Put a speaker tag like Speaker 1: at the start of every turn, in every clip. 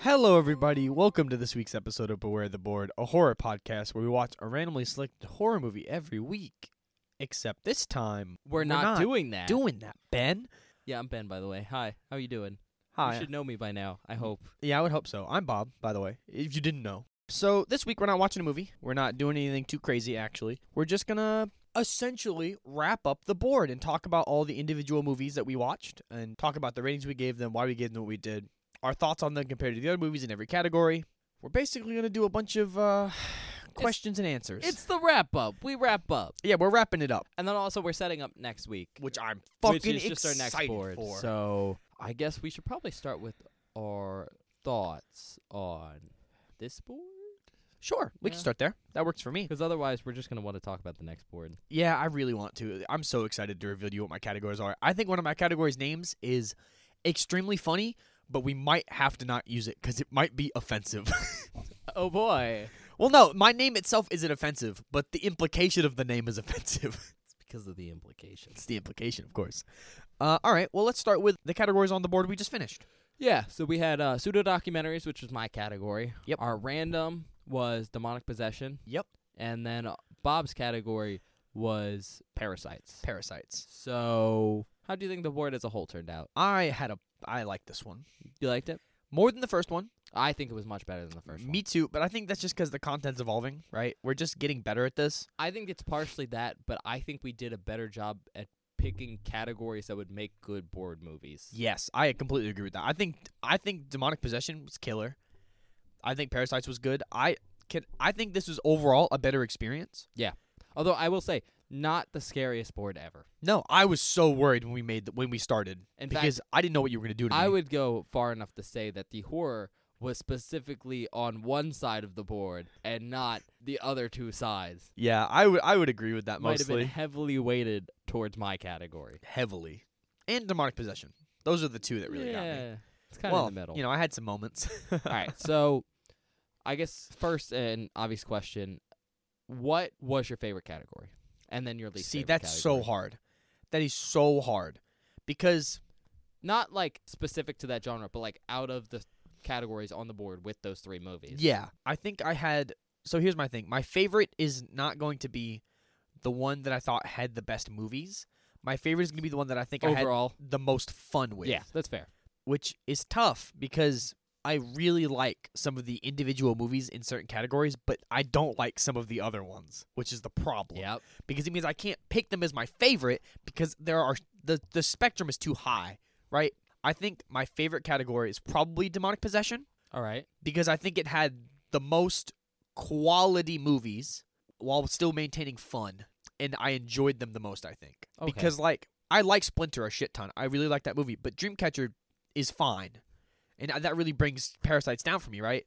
Speaker 1: Hello, everybody. Welcome to this week's episode of Beware the Board, a horror podcast where we watch a randomly selected horror movie every week. Except this time,
Speaker 2: We're, not, doing that.
Speaker 1: doing that, Ben.
Speaker 2: yeah, I'm Ben, by the way. Hi, how you doing?
Speaker 1: Hi.
Speaker 2: You should know me by now. I hope.
Speaker 1: Yeah, I would hope so. I'm Bob, by the way, if you didn't know. So, this week we're not watching a movie. We're not doing anything too crazy, actually. We're just going to essentially wrap up the board and talk about all the individual movies that we watched and talk about the ratings we gave them, why we gave them what we did, our thoughts on them compared to the other movies in every category. We're basically going to do a bunch of uh, questions and answers.
Speaker 2: It's the wrap up. We wrap up,
Speaker 1: yeah, we're wrapping it up,
Speaker 2: and then also we're setting up next week,
Speaker 1: which I'm fucking
Speaker 2: which is just our next
Speaker 1: excited
Speaker 2: board.
Speaker 1: for.
Speaker 2: So I guess we should probably start with our thoughts on this board,
Speaker 1: sure, we can
Speaker 2: Yeah.
Speaker 1: start there. That works for me.
Speaker 2: because otherwise we're just gonna want to talk about the next board.
Speaker 1: Yeah, I really want to. I'm so excited to reveal to you what my categories are. I think one of my categories' names is extremely funny, but we might have to not use it because it might be offensive.
Speaker 2: Oh boy,
Speaker 1: well, no, my name itself isn't offensive, but the implication of the name is offensive.
Speaker 2: it's because of the implications.
Speaker 1: it's the implication, of course. Uh, all right, well, let's start with the categories on the board we just finished.
Speaker 2: Yeah, so we had uh, pseudo documentaries, which was my category.
Speaker 1: Yep.
Speaker 2: Our random was demonic possession.
Speaker 1: Yep.
Speaker 2: And then uh, Bob's category was parasites.
Speaker 1: Parasites.
Speaker 2: So, how do you think the board as a whole turned out?
Speaker 1: I had a. I like this one
Speaker 2: You liked it?
Speaker 1: more than the first one.
Speaker 2: I think it was much better than the first
Speaker 1: Me
Speaker 2: one.
Speaker 1: too, but I think that's just because the content's evolving, right? We're just getting better at this.
Speaker 2: I think it's partially that, but I think we did a better job at picking categories that would make good board movies.
Speaker 1: Yes, I completely agree with that. I think I think demonic possession was killer. I think parasites was good. I can I think this was overall a better experience.
Speaker 2: Although I will say, not the scariest board ever.
Speaker 1: No, I was so worried when we made the, when we started
Speaker 2: In fact,
Speaker 1: because I didn't know what you were gonna do to
Speaker 2: I
Speaker 1: me.
Speaker 2: would go far enough to say that the horror was specifically on one side of the board and not the other two sides.
Speaker 1: yeah, I would I would agree with that
Speaker 2: Might have been
Speaker 1: mostly
Speaker 2: heavily weighted towards my category.
Speaker 1: heavily, and demonic possession. Those are the two that really got me.
Speaker 2: Yeah, It's kind of
Speaker 1: well,
Speaker 2: in the middle.
Speaker 1: you know, I had some moments.
Speaker 2: All right. So, I guess first and obvious question: What was your favorite category? And then your least.
Speaker 1: See,
Speaker 2: favorite
Speaker 1: that's so
Speaker 2: category.
Speaker 1: hard. That is so hard because
Speaker 2: Not like specific to that genre, but like out of the categories on the board with those three movies.
Speaker 1: Yeah. I think I had so here's my thing. My favorite is not going to be the one that I thought had the best movies. My favorite is going to be the one that I think I
Speaker 2: Overall.
Speaker 1: had the most fun with.
Speaker 2: Yeah, that's fair.
Speaker 1: Which is tough because I really like some of the individual movies in certain categories, but I don't like some of the other ones, which is the problem.
Speaker 2: Yep.
Speaker 1: Because it means I can't pick them as my favorite because there are the the spectrum is too high, right? I think my favorite category is probably demonic possession
Speaker 2: All right.
Speaker 1: because I think it had the most quality movies while still maintaining fun, and I enjoyed them the most. I think
Speaker 2: Okay.
Speaker 1: because like I like Splinter a shit ton. I really like that movie, but Dreamcatcher is fine, and that really brings Parasites down for me, right?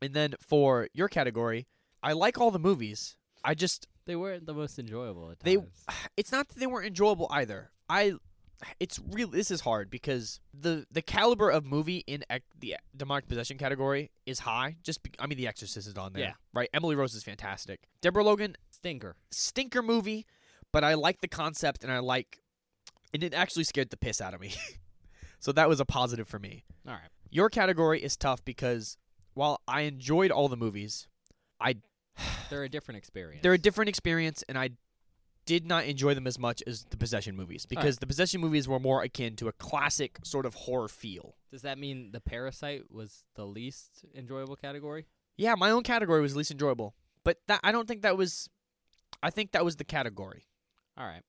Speaker 1: And then for your category, I like all the movies. I just
Speaker 2: They weren't the most enjoyable at
Speaker 1: They-
Speaker 2: times.
Speaker 1: it's not that they weren't enjoyable either. I it's real this is hard because the the caliber of movie in ec- the demonic possession category is high just be, I mean the exorcist is on there
Speaker 2: Yeah.
Speaker 1: right Emily Rose is fantastic Deborah Logan
Speaker 2: Stinker.
Speaker 1: stinker movie but I like the concept and I like and it actually scared the piss out of me so that was a positive for me
Speaker 2: All right.
Speaker 1: your category is tough because while I enjoyed all the movies I
Speaker 2: They're a different experience.
Speaker 1: they're a different experience, and I did not enjoy them as much as the possession movies
Speaker 2: right.
Speaker 1: because the possession movies were more akin to a classic sort of horror feel.
Speaker 2: Does that mean the parasite was the least enjoyable category?
Speaker 1: Yeah, my own category was least enjoyable, but that I don't think that was. I think that was the category
Speaker 2: All right.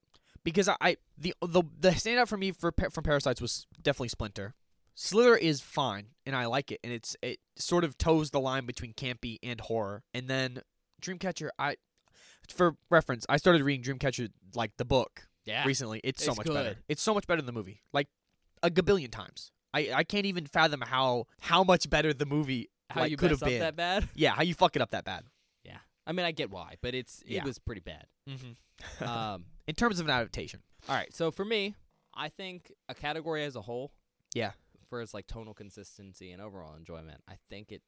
Speaker 1: because I, I the the the standout for me for Pa- from Parasites was definitely Splinter. Slither is fine, and I like it, and it's it sort of toes the line between campy and horror. And then Dreamcatcher, I for reference, I started reading Dreamcatcher like the book
Speaker 2: Yeah.
Speaker 1: recently. It's, so
Speaker 2: It's
Speaker 1: much better.
Speaker 2: good.
Speaker 1: It's so much better than the movie. Like a gabillion times. I, I can't even fathom how how much better the movie
Speaker 2: How
Speaker 1: like,
Speaker 2: you
Speaker 1: could have
Speaker 2: messed up
Speaker 1: been.
Speaker 2: that bad?
Speaker 1: Yeah, how you fuck it up that bad.
Speaker 2: I mean, I get why, but it's
Speaker 1: Yeah.
Speaker 2: it was pretty bad.
Speaker 1: Mm-hmm.
Speaker 2: Um,
Speaker 1: In terms of an adaptation,
Speaker 2: all right, so for me, I think a category as a whole,
Speaker 1: Yeah.
Speaker 2: for its like tonal consistency and overall enjoyment, I think it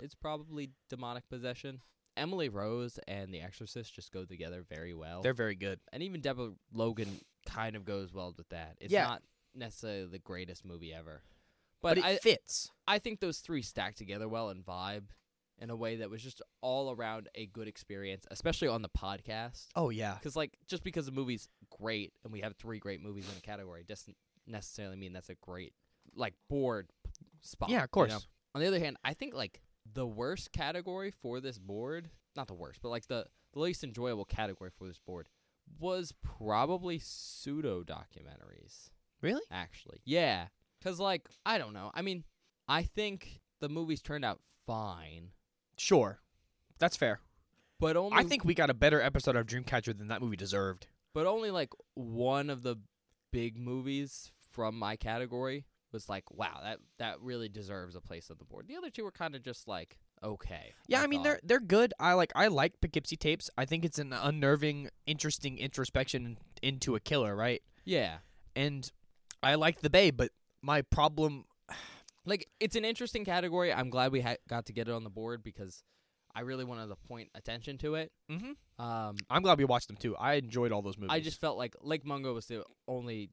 Speaker 2: it's probably demonic possession. Emily Rose and The Exorcist just go together very well,
Speaker 1: they're very good.
Speaker 2: and even Deborah Logan kind of goes well with that. It's
Speaker 1: Yeah.
Speaker 2: not necessarily the greatest movie ever,
Speaker 1: but,
Speaker 2: But,
Speaker 1: it
Speaker 2: I,
Speaker 1: fits.
Speaker 2: I think those three stack together well and vibe in a way that was just all around a good experience, especially on the podcast.
Speaker 1: Oh yeah,
Speaker 2: Because like just because the movie's great and we have three great movies in a category doesn't necessarily mean that's a great like board p- spot.
Speaker 1: yeah,
Speaker 2: you
Speaker 1: of course.
Speaker 2: know? On the other hand, I think like the worst category for this board, not the worst, but like the, the least enjoyable category for this board was probably pseudo documentaries
Speaker 1: Really?
Speaker 2: actually. Yeah. Because, like, I don't know. I mean, I think the movies turned out fine,
Speaker 1: Sure, that's fair.
Speaker 2: but only
Speaker 1: I think we got a better episode of Dreamcatcher than that movie deserved.
Speaker 2: but only like one of the big movies from my category was like, wow, that that really deserves a place on the board. The other two were kind of just like okay.
Speaker 1: Yeah, I, mean
Speaker 2: thought.
Speaker 1: they're they're good. I like I like Poughkeepsie Tapes. I think it's an unnerving, interesting introspection into a killer, right?
Speaker 2: yeah,
Speaker 1: And I like The Bay, but my problem
Speaker 2: like it's an interesting category. I'm glad we ha- got to get it on the board because I really wanted to point attention to it.
Speaker 1: Mhm.
Speaker 2: Um,
Speaker 1: I'm glad we watched them too. I enjoyed all those movies.
Speaker 2: I just felt like Lake Mungo was the only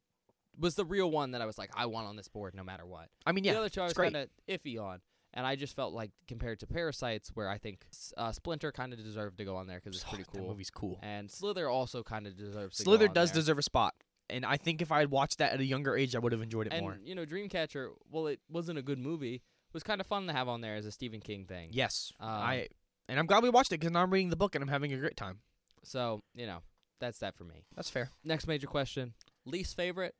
Speaker 2: was the real one that I was like I want on this board no matter what.
Speaker 1: I mean, yeah,
Speaker 2: the other two I was
Speaker 1: it's great.
Speaker 2: kind of iffy on, and I just felt like compared to Parasites, where I think S- uh, Splinter kind of deserved to go on there because it's
Speaker 1: Oh,
Speaker 2: pretty
Speaker 1: That
Speaker 2: cool,
Speaker 1: movie's cool.
Speaker 2: and Slither also kind of deserves. to go
Speaker 1: Slither
Speaker 2: on
Speaker 1: does
Speaker 2: there.
Speaker 1: deserve a spot, and I think if I had watched that at a younger age, I would have enjoyed it
Speaker 2: and
Speaker 1: more.
Speaker 2: you know Dreamcatcher. Well, it wasn't a good movie. It was kind of fun to have on there as a Stephen King thing.
Speaker 1: Yes,
Speaker 2: Um,
Speaker 1: I and I'm glad we watched it because now I'm reading the book and I'm having a great time.
Speaker 2: So you know that's that for me.
Speaker 1: That's fair.
Speaker 2: Next major question: least favorite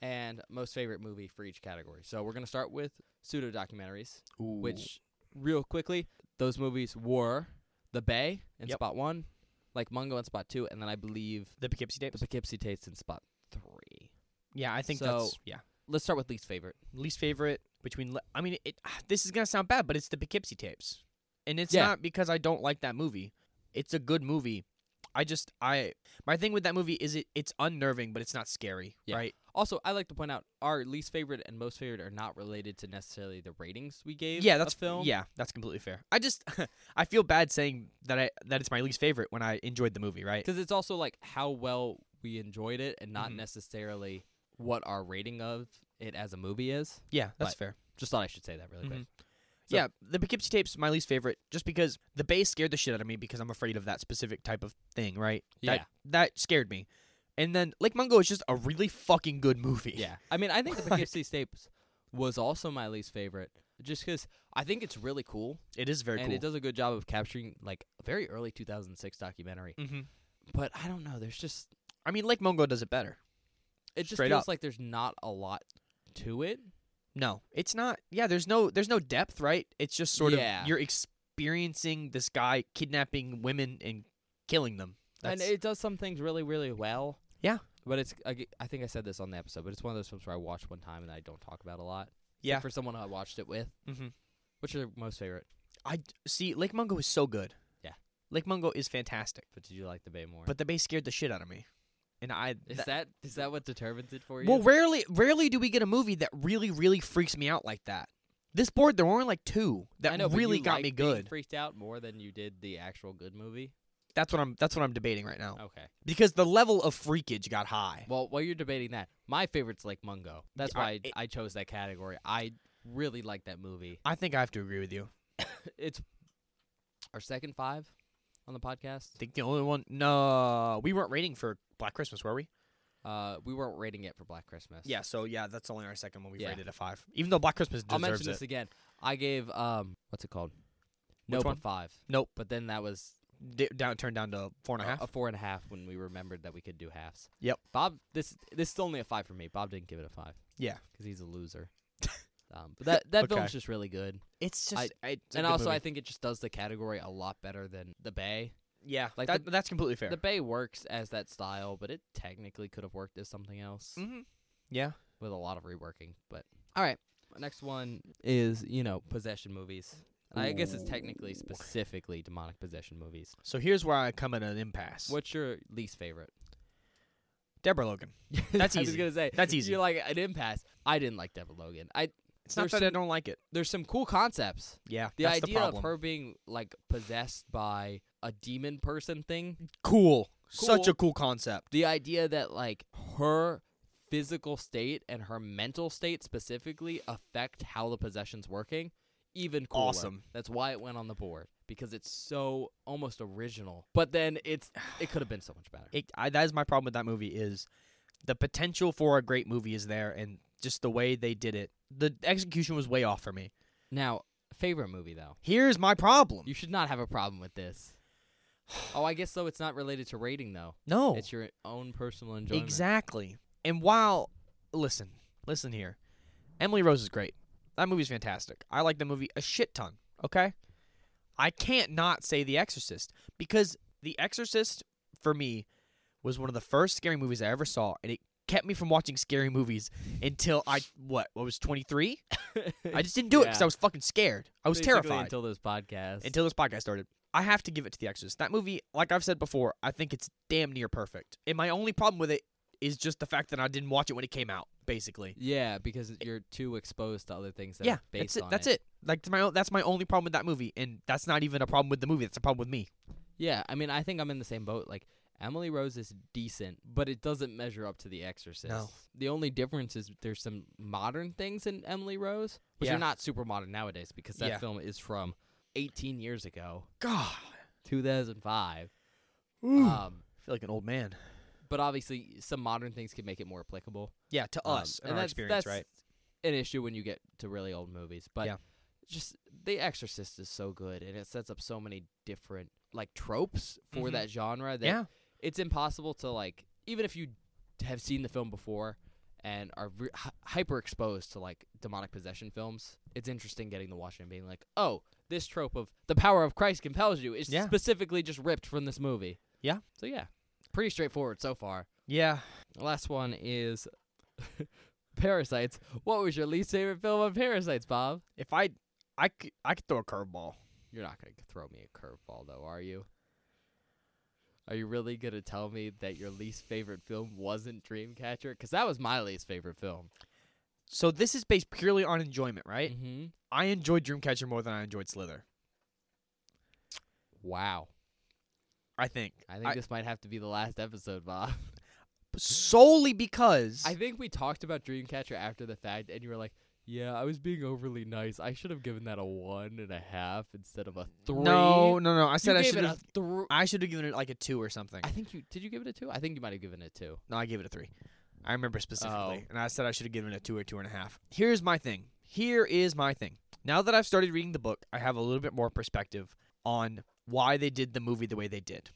Speaker 2: and most favorite movie for each category. So we're gonna start with pseudo documentaries. which real quickly, those movies were The Bay in
Speaker 1: Yep.
Speaker 2: spot one, like Mungo in spot two, and then I believe
Speaker 1: the Poughkeepsie
Speaker 2: the
Speaker 1: Tapes?
Speaker 2: Poughkeepsie Tates in spot three.
Speaker 1: Yeah, I think
Speaker 2: So-
Speaker 1: that's yeah.
Speaker 2: Let's start with least favorite.
Speaker 1: least favorite between le- I mean it ah, this is going to sound bad but it's the Poughkeepsie tapes. And it's
Speaker 2: Yeah.
Speaker 1: not because I don't like that movie. It's a good movie. I just I my thing with that movie is it it's unnerving but it's not scary,
Speaker 2: Yeah.
Speaker 1: right?
Speaker 2: Also, I like to point out our least favorite and most favorite are not related to necessarily the ratings we gave.
Speaker 1: Yeah, that's
Speaker 2: a film.
Speaker 1: Yeah, that's completely fair. I just I feel bad saying that I that it's my least favorite when I enjoyed the movie, right?
Speaker 2: because it's also like how well we enjoyed it, and not
Speaker 1: Mhm.
Speaker 2: necessarily what our rating of it as a movie is.
Speaker 1: Yeah, that's
Speaker 2: But-
Speaker 1: fair.
Speaker 2: Just thought I should say that
Speaker 1: Mm-hmm.
Speaker 2: really quick. So-
Speaker 1: yeah, the Poughkeepsie tapes my least favorite just because the bass scared the shit out of me because I'm afraid of that specific type of thing, right?
Speaker 2: Yeah.
Speaker 1: That, that scared me. And then Lake Mungo is just a really fucking good movie.
Speaker 2: Yeah, I mean, I think the
Speaker 1: Like-
Speaker 2: Poughkeepsie Tapes was also my least favorite, just because I think it's really cool
Speaker 1: It is very
Speaker 2: and
Speaker 1: cool.
Speaker 2: it does a good job of capturing like a very early 2006 documentary.
Speaker 1: hmm
Speaker 2: But I don't know, there's just
Speaker 1: I mean, Lake Mungo does it better.
Speaker 2: it just
Speaker 1: Straight
Speaker 2: feels
Speaker 1: up.
Speaker 2: like there's not a lot to it.
Speaker 1: No, it's not. Yeah, there's no there's no depth, right? It's just sort
Speaker 2: Yeah.
Speaker 1: of you're experiencing this guy kidnapping women and killing them. That's,
Speaker 2: and it does some things really, really well.
Speaker 1: Yeah.
Speaker 2: But it's I, g- I think I said this on the episode, but it's one of those films where I watch one time and I don't talk about a lot. Except
Speaker 1: Yeah.
Speaker 2: For someone I watched it with,
Speaker 1: Mhm.
Speaker 2: what's your most favorite?
Speaker 1: I see Lake Mungo is so good.
Speaker 2: Yeah.
Speaker 1: Lake Mungo is fantastic,
Speaker 2: But did you like the Bay more?
Speaker 1: but the bass scared the shit out of me, and I
Speaker 2: is
Speaker 1: tha-
Speaker 2: that is that what determines it for you?
Speaker 1: Well, rarely, rarely do we get a movie that really, really freaks me out like that. This board, there were only like two that
Speaker 2: I know, but
Speaker 1: really
Speaker 2: you
Speaker 1: got
Speaker 2: like
Speaker 1: me
Speaker 2: being
Speaker 1: good.
Speaker 2: freaked out more than you did the actual good movie.
Speaker 1: That's what I'm. That's what I'm debating right now
Speaker 2: Okay.
Speaker 1: because the level of freakage got high.
Speaker 2: Well, while you're debating that, my favorite's like Mungo. That's
Speaker 1: Yeah, I-
Speaker 2: why I,
Speaker 1: it-
Speaker 2: I chose that category. I really like that movie.
Speaker 1: I think I have to agree with you.
Speaker 2: It's our second five on the podcast.
Speaker 1: I think the only one. No, we weren't rating for Black Christmas, were we?
Speaker 2: Uh, we weren't rating it for Black Christmas.
Speaker 1: Yeah. So yeah, that's only our second one. We
Speaker 2: Yeah.
Speaker 1: rated a five, even though Black Christmas
Speaker 2: I'll
Speaker 1: deserves
Speaker 2: mention
Speaker 1: it.
Speaker 2: this again. I gave um, what's it called?
Speaker 1: Which
Speaker 2: Nope a
Speaker 1: one?
Speaker 2: five.
Speaker 1: Nope.
Speaker 2: But then that was
Speaker 1: D- down, turned down to four and a
Speaker 2: a-
Speaker 1: half.
Speaker 2: a four and a half when we remembered that we could do halves.
Speaker 1: Uh-huh. Yep.
Speaker 2: Bob, this this is only a five for me. Bob didn't give it a five.
Speaker 1: Yeah.
Speaker 2: because he's a loser. um, but that that
Speaker 1: Okay.
Speaker 2: film's just really good,
Speaker 1: It's just.
Speaker 2: I-
Speaker 1: it's a
Speaker 2: and
Speaker 1: good
Speaker 2: also
Speaker 1: movie.
Speaker 2: I think it just does the category a lot better than the Bay.
Speaker 1: yeah, like
Speaker 2: like
Speaker 1: that, that's completely fair.
Speaker 2: The Bay works as that style, but it technically could have worked as something else
Speaker 1: mm-hmm. Yeah.
Speaker 2: with a lot of reworking. But all right, My next one is you know possession movies. And I guess it's technically specifically demonic possession movies.
Speaker 1: So here's where I come at an impasse.
Speaker 2: What's your least favorite?
Speaker 1: Deborah Logan. That's
Speaker 2: I was
Speaker 1: easy.
Speaker 2: gonna say
Speaker 1: That's easy.
Speaker 2: You're like an impasse. I didn't like Deborah Logan. I
Speaker 1: It's not
Speaker 2: There's
Speaker 1: that I
Speaker 2: some-
Speaker 1: don't like it.
Speaker 2: there's some cool concepts.
Speaker 1: Yeah,
Speaker 2: The
Speaker 1: that's
Speaker 2: idea
Speaker 1: the problem.
Speaker 2: of her being like possessed by a demon person thing.
Speaker 1: cool.
Speaker 2: Cool.
Speaker 1: such a cool concept.
Speaker 2: The idea that like her physical state and her mental state specifically affect how the possession's working, even cooler.
Speaker 1: Awesome.
Speaker 2: That's why it went on the board because it's so almost original. But then it's it could have been so much better.
Speaker 1: It, I, that is my problem with that movie is the potential for a great movie is there, and just the way they did it, the execution was way off for me.
Speaker 2: now, favorite movie though.
Speaker 1: Here's my problem.
Speaker 2: You should not have a problem with this. Oh, I guess though it's not related to rating though.
Speaker 1: no,
Speaker 2: It's your own personal enjoyment.
Speaker 1: exactly. And while listen, listen here, Emily Rose is great. That movie's fantastic. I like the movie a shit ton. Okay, I can't not say The Exorcist because The Exorcist for me was one of the first scary movies I ever saw, and it kept me from watching scary movies until I what I was 23. I just didn't do it because
Speaker 2: Yeah.
Speaker 1: I was fucking scared. I was
Speaker 2: Basically
Speaker 1: terrified.
Speaker 2: until those podcasts.
Speaker 1: until this podcast started. I have to give it to The Exorcist. That movie, like I've said before, I think it's damn near perfect. And my only problem with it is just the fact that I didn't watch it when it came out. Basically,
Speaker 2: yeah, because you're too exposed to other things that
Speaker 1: yeah,
Speaker 2: are based
Speaker 1: that's it.
Speaker 2: on
Speaker 1: That's it. Like that's my o- that's my only problem with that movie, and that's not even a problem with the movie. That's a problem with me.
Speaker 2: Yeah, I mean, I think I'm in the same boat. Like Emily Rose is decent, but it doesn't measure up to The Exorcist.
Speaker 1: No.
Speaker 2: The only difference is there's some modern things in Emily Rose, which
Speaker 1: Yeah.
Speaker 2: are not super modern nowadays because that
Speaker 1: Yeah.
Speaker 2: film is from 18 years ago,
Speaker 1: God, Uh,
Speaker 2: 2005.
Speaker 1: I
Speaker 2: Um,
Speaker 1: feel like an old man.
Speaker 2: but obviously, some modern things can make it more applicable.
Speaker 1: Yeah, to
Speaker 2: Um,
Speaker 1: us and, our
Speaker 2: that's-
Speaker 1: experience,
Speaker 2: that's
Speaker 1: right?
Speaker 2: An issue when you get to really old movies, but
Speaker 1: Yeah.
Speaker 2: just The Exorcist is so good, and it sets up so many different like tropes for
Speaker 1: Mhm.
Speaker 2: that genre that
Speaker 1: yeah,
Speaker 2: it's impossible to like even if you d- have seen the film before and are re- hy- hyper exposed to like demonic possession films it's interesting getting to watch it and being like oh this trope of the power of christ compels you is
Speaker 1: Yeah.
Speaker 2: specifically just ripped from this movie
Speaker 1: Yeah.
Speaker 2: so yeah pretty straightforward so far
Speaker 1: yeah.
Speaker 2: the last one is parasites what was your least favorite film on parasites bob
Speaker 1: If I, I could, I could throw a curveball.
Speaker 2: you're not going to throw me a curveball though are you are you really going to tell me that your least favorite film wasn't dreamcatcher because that was my least favorite film
Speaker 1: So this is based purely on enjoyment, right?
Speaker 2: mm-hmm.
Speaker 1: I enjoyed Dreamcatcher more than I enjoyed Slither.
Speaker 2: wow
Speaker 1: I think.
Speaker 2: i think this might have to be the last episode bob
Speaker 1: solely because
Speaker 2: i think we talked about dreamcatcher after the fact and you were like yeah i was being overly nice i should have given that a one and a half instead of a three
Speaker 1: No, no, no. I
Speaker 2: you
Speaker 1: said I
Speaker 2: gave
Speaker 1: should
Speaker 2: it a
Speaker 1: have.
Speaker 2: thr-
Speaker 1: I should have given it like a two or something.
Speaker 2: i think you did you give it a two i think you might have given it a two
Speaker 1: No, I gave it a three. I remember specifically,
Speaker 2: Oh.
Speaker 1: and I said I should have given it a two or two and a half. Here's my thing. Here is my thing. Now that I've started reading the book, I have a little bit more perspective on why they did the movie the way they did.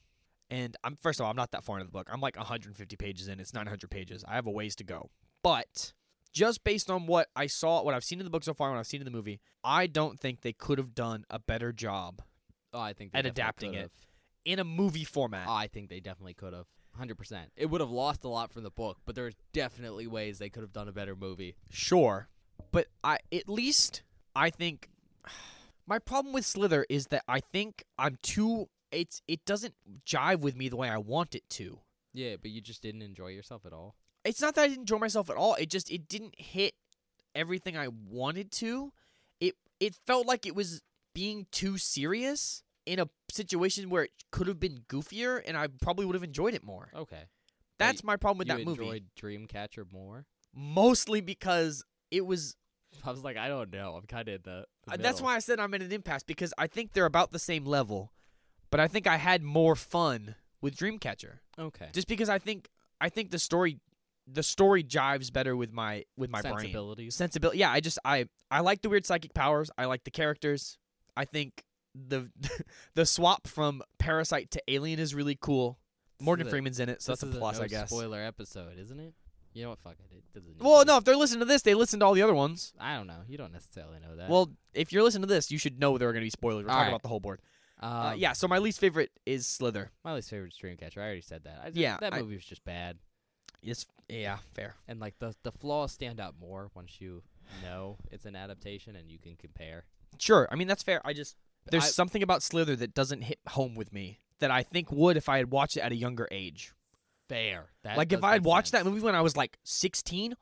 Speaker 1: And I'm first of all, I'm not that far into the book. I'm like 150 pages in. It's 900 pages. I have a ways to go. But just based on what I saw, what I've seen in the book so far, and what I've seen in the movie, I don't think they could have done a better job
Speaker 2: Oh, I think they
Speaker 1: And
Speaker 2: definitely
Speaker 1: adapting
Speaker 2: could
Speaker 1: it.
Speaker 2: have.
Speaker 1: in a movie format.
Speaker 2: I think they definitely could have. 100%. It would have lost a lot from the book, but there's definitely ways they could have done a better movie.
Speaker 1: Sure, but I at least I think my problem with Slither is that I think I'm too it's it doesn't jive with me the way I want it to.
Speaker 2: Yeah, but you just didn't enjoy yourself at all.
Speaker 1: It's not that I didn't enjoy myself at all. It just it didn't hit everything I wanted to. It it felt like it was being too serious in a situation where it could have been goofier and I probably would have enjoyed it more.
Speaker 2: Okay.
Speaker 1: That's my problem with
Speaker 2: Uh, you
Speaker 1: that movie.
Speaker 2: enjoyed Dreamcatcher more?
Speaker 1: Mostly because it was
Speaker 2: I was like, I don't know. I'm kind of in the. the
Speaker 1: Uh, That's
Speaker 2: middle.
Speaker 1: why I said I'm at an impasse because I think they're about the same level, but I think I had more fun with Dreamcatcher
Speaker 2: Okay.
Speaker 1: just because I think I think the story the story jives better with my with my brain
Speaker 2: Sensibilities.
Speaker 1: sensibility. Yeah, I just I I like the weird psychic powers. I like the characters. I think the the swap from Parasite to Alien is really cool.
Speaker 2: This
Speaker 1: Morgan
Speaker 2: is a-
Speaker 1: Freeman's in it, so
Speaker 2: this
Speaker 1: that's
Speaker 2: is
Speaker 1: a plus,
Speaker 2: no
Speaker 1: I guess.
Speaker 2: spoiler episode, isn't it? You know what? Fuck it. It doesn't. need
Speaker 1: Well,
Speaker 2: to be.
Speaker 1: no, if they're listening to this, they listen to all the other ones.
Speaker 2: I don't know. You don't necessarily know that.
Speaker 1: Well, if you're listening to this, you should know there are going to be spoilers. We're
Speaker 2: All
Speaker 1: talking
Speaker 2: right.
Speaker 1: about the whole board.
Speaker 2: um,
Speaker 1: Uh, yeah, so my least favorite is Slither.
Speaker 2: My least favorite is Dreamcatcher. I already said that. I just,
Speaker 1: Yeah,
Speaker 2: That
Speaker 1: I-
Speaker 2: movie was just bad.
Speaker 1: It's yeah, fair.
Speaker 2: and like the the flaws stand out more once you know it's an adaptation and you can compare.
Speaker 1: Sure. I mean, that's fair. I just there's
Speaker 2: I-
Speaker 1: something about Slither that doesn't hit home with me that I think would if I had watched it at a younger age.
Speaker 2: Fair. That
Speaker 1: like if I had watched that movie when I was like 16,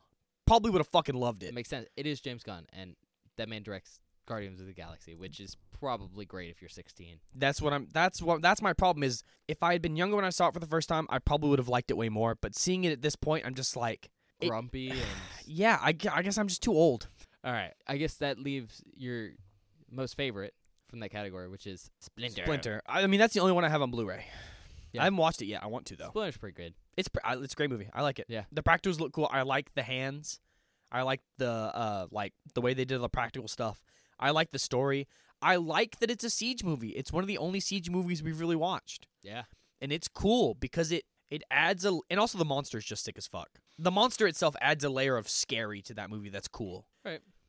Speaker 1: probably would have fucking loved
Speaker 2: it
Speaker 1: it.
Speaker 2: makes sense. It is James Gunn, and that man directs Guardians of the Galaxy, which is probably great if you're 16.
Speaker 1: That's what I'm that's what that's my problem is if I had been younger when I saw it for the first time, I probably would have liked it way more, but seeing it at this point, I'm just like It-
Speaker 2: grumpy and
Speaker 1: Yeah, I, gu- I guess I'm just too old.
Speaker 2: all right. I guess that leaves your most favorite from that category, which is Splinter.
Speaker 1: Splinter. I, I mean, that's the only one I have on Blu-ray.
Speaker 2: Yeah.
Speaker 1: I haven't watched it yet. I want to though.
Speaker 2: Splinter's pretty good.
Speaker 1: It's pr- I, it's a great movie. I like it.
Speaker 2: Yeah.
Speaker 1: The practicals look cool. I like the hands. I like the uh like the way they did the practical stuff. I like the story. I like that it's a siege movie. It's one of the only siege movies we've really watched.
Speaker 2: Yeah.
Speaker 1: and it's cool because it it adds a and also the monster is just sick as fuck. The monster itself adds a layer of scary to that movie that's cool.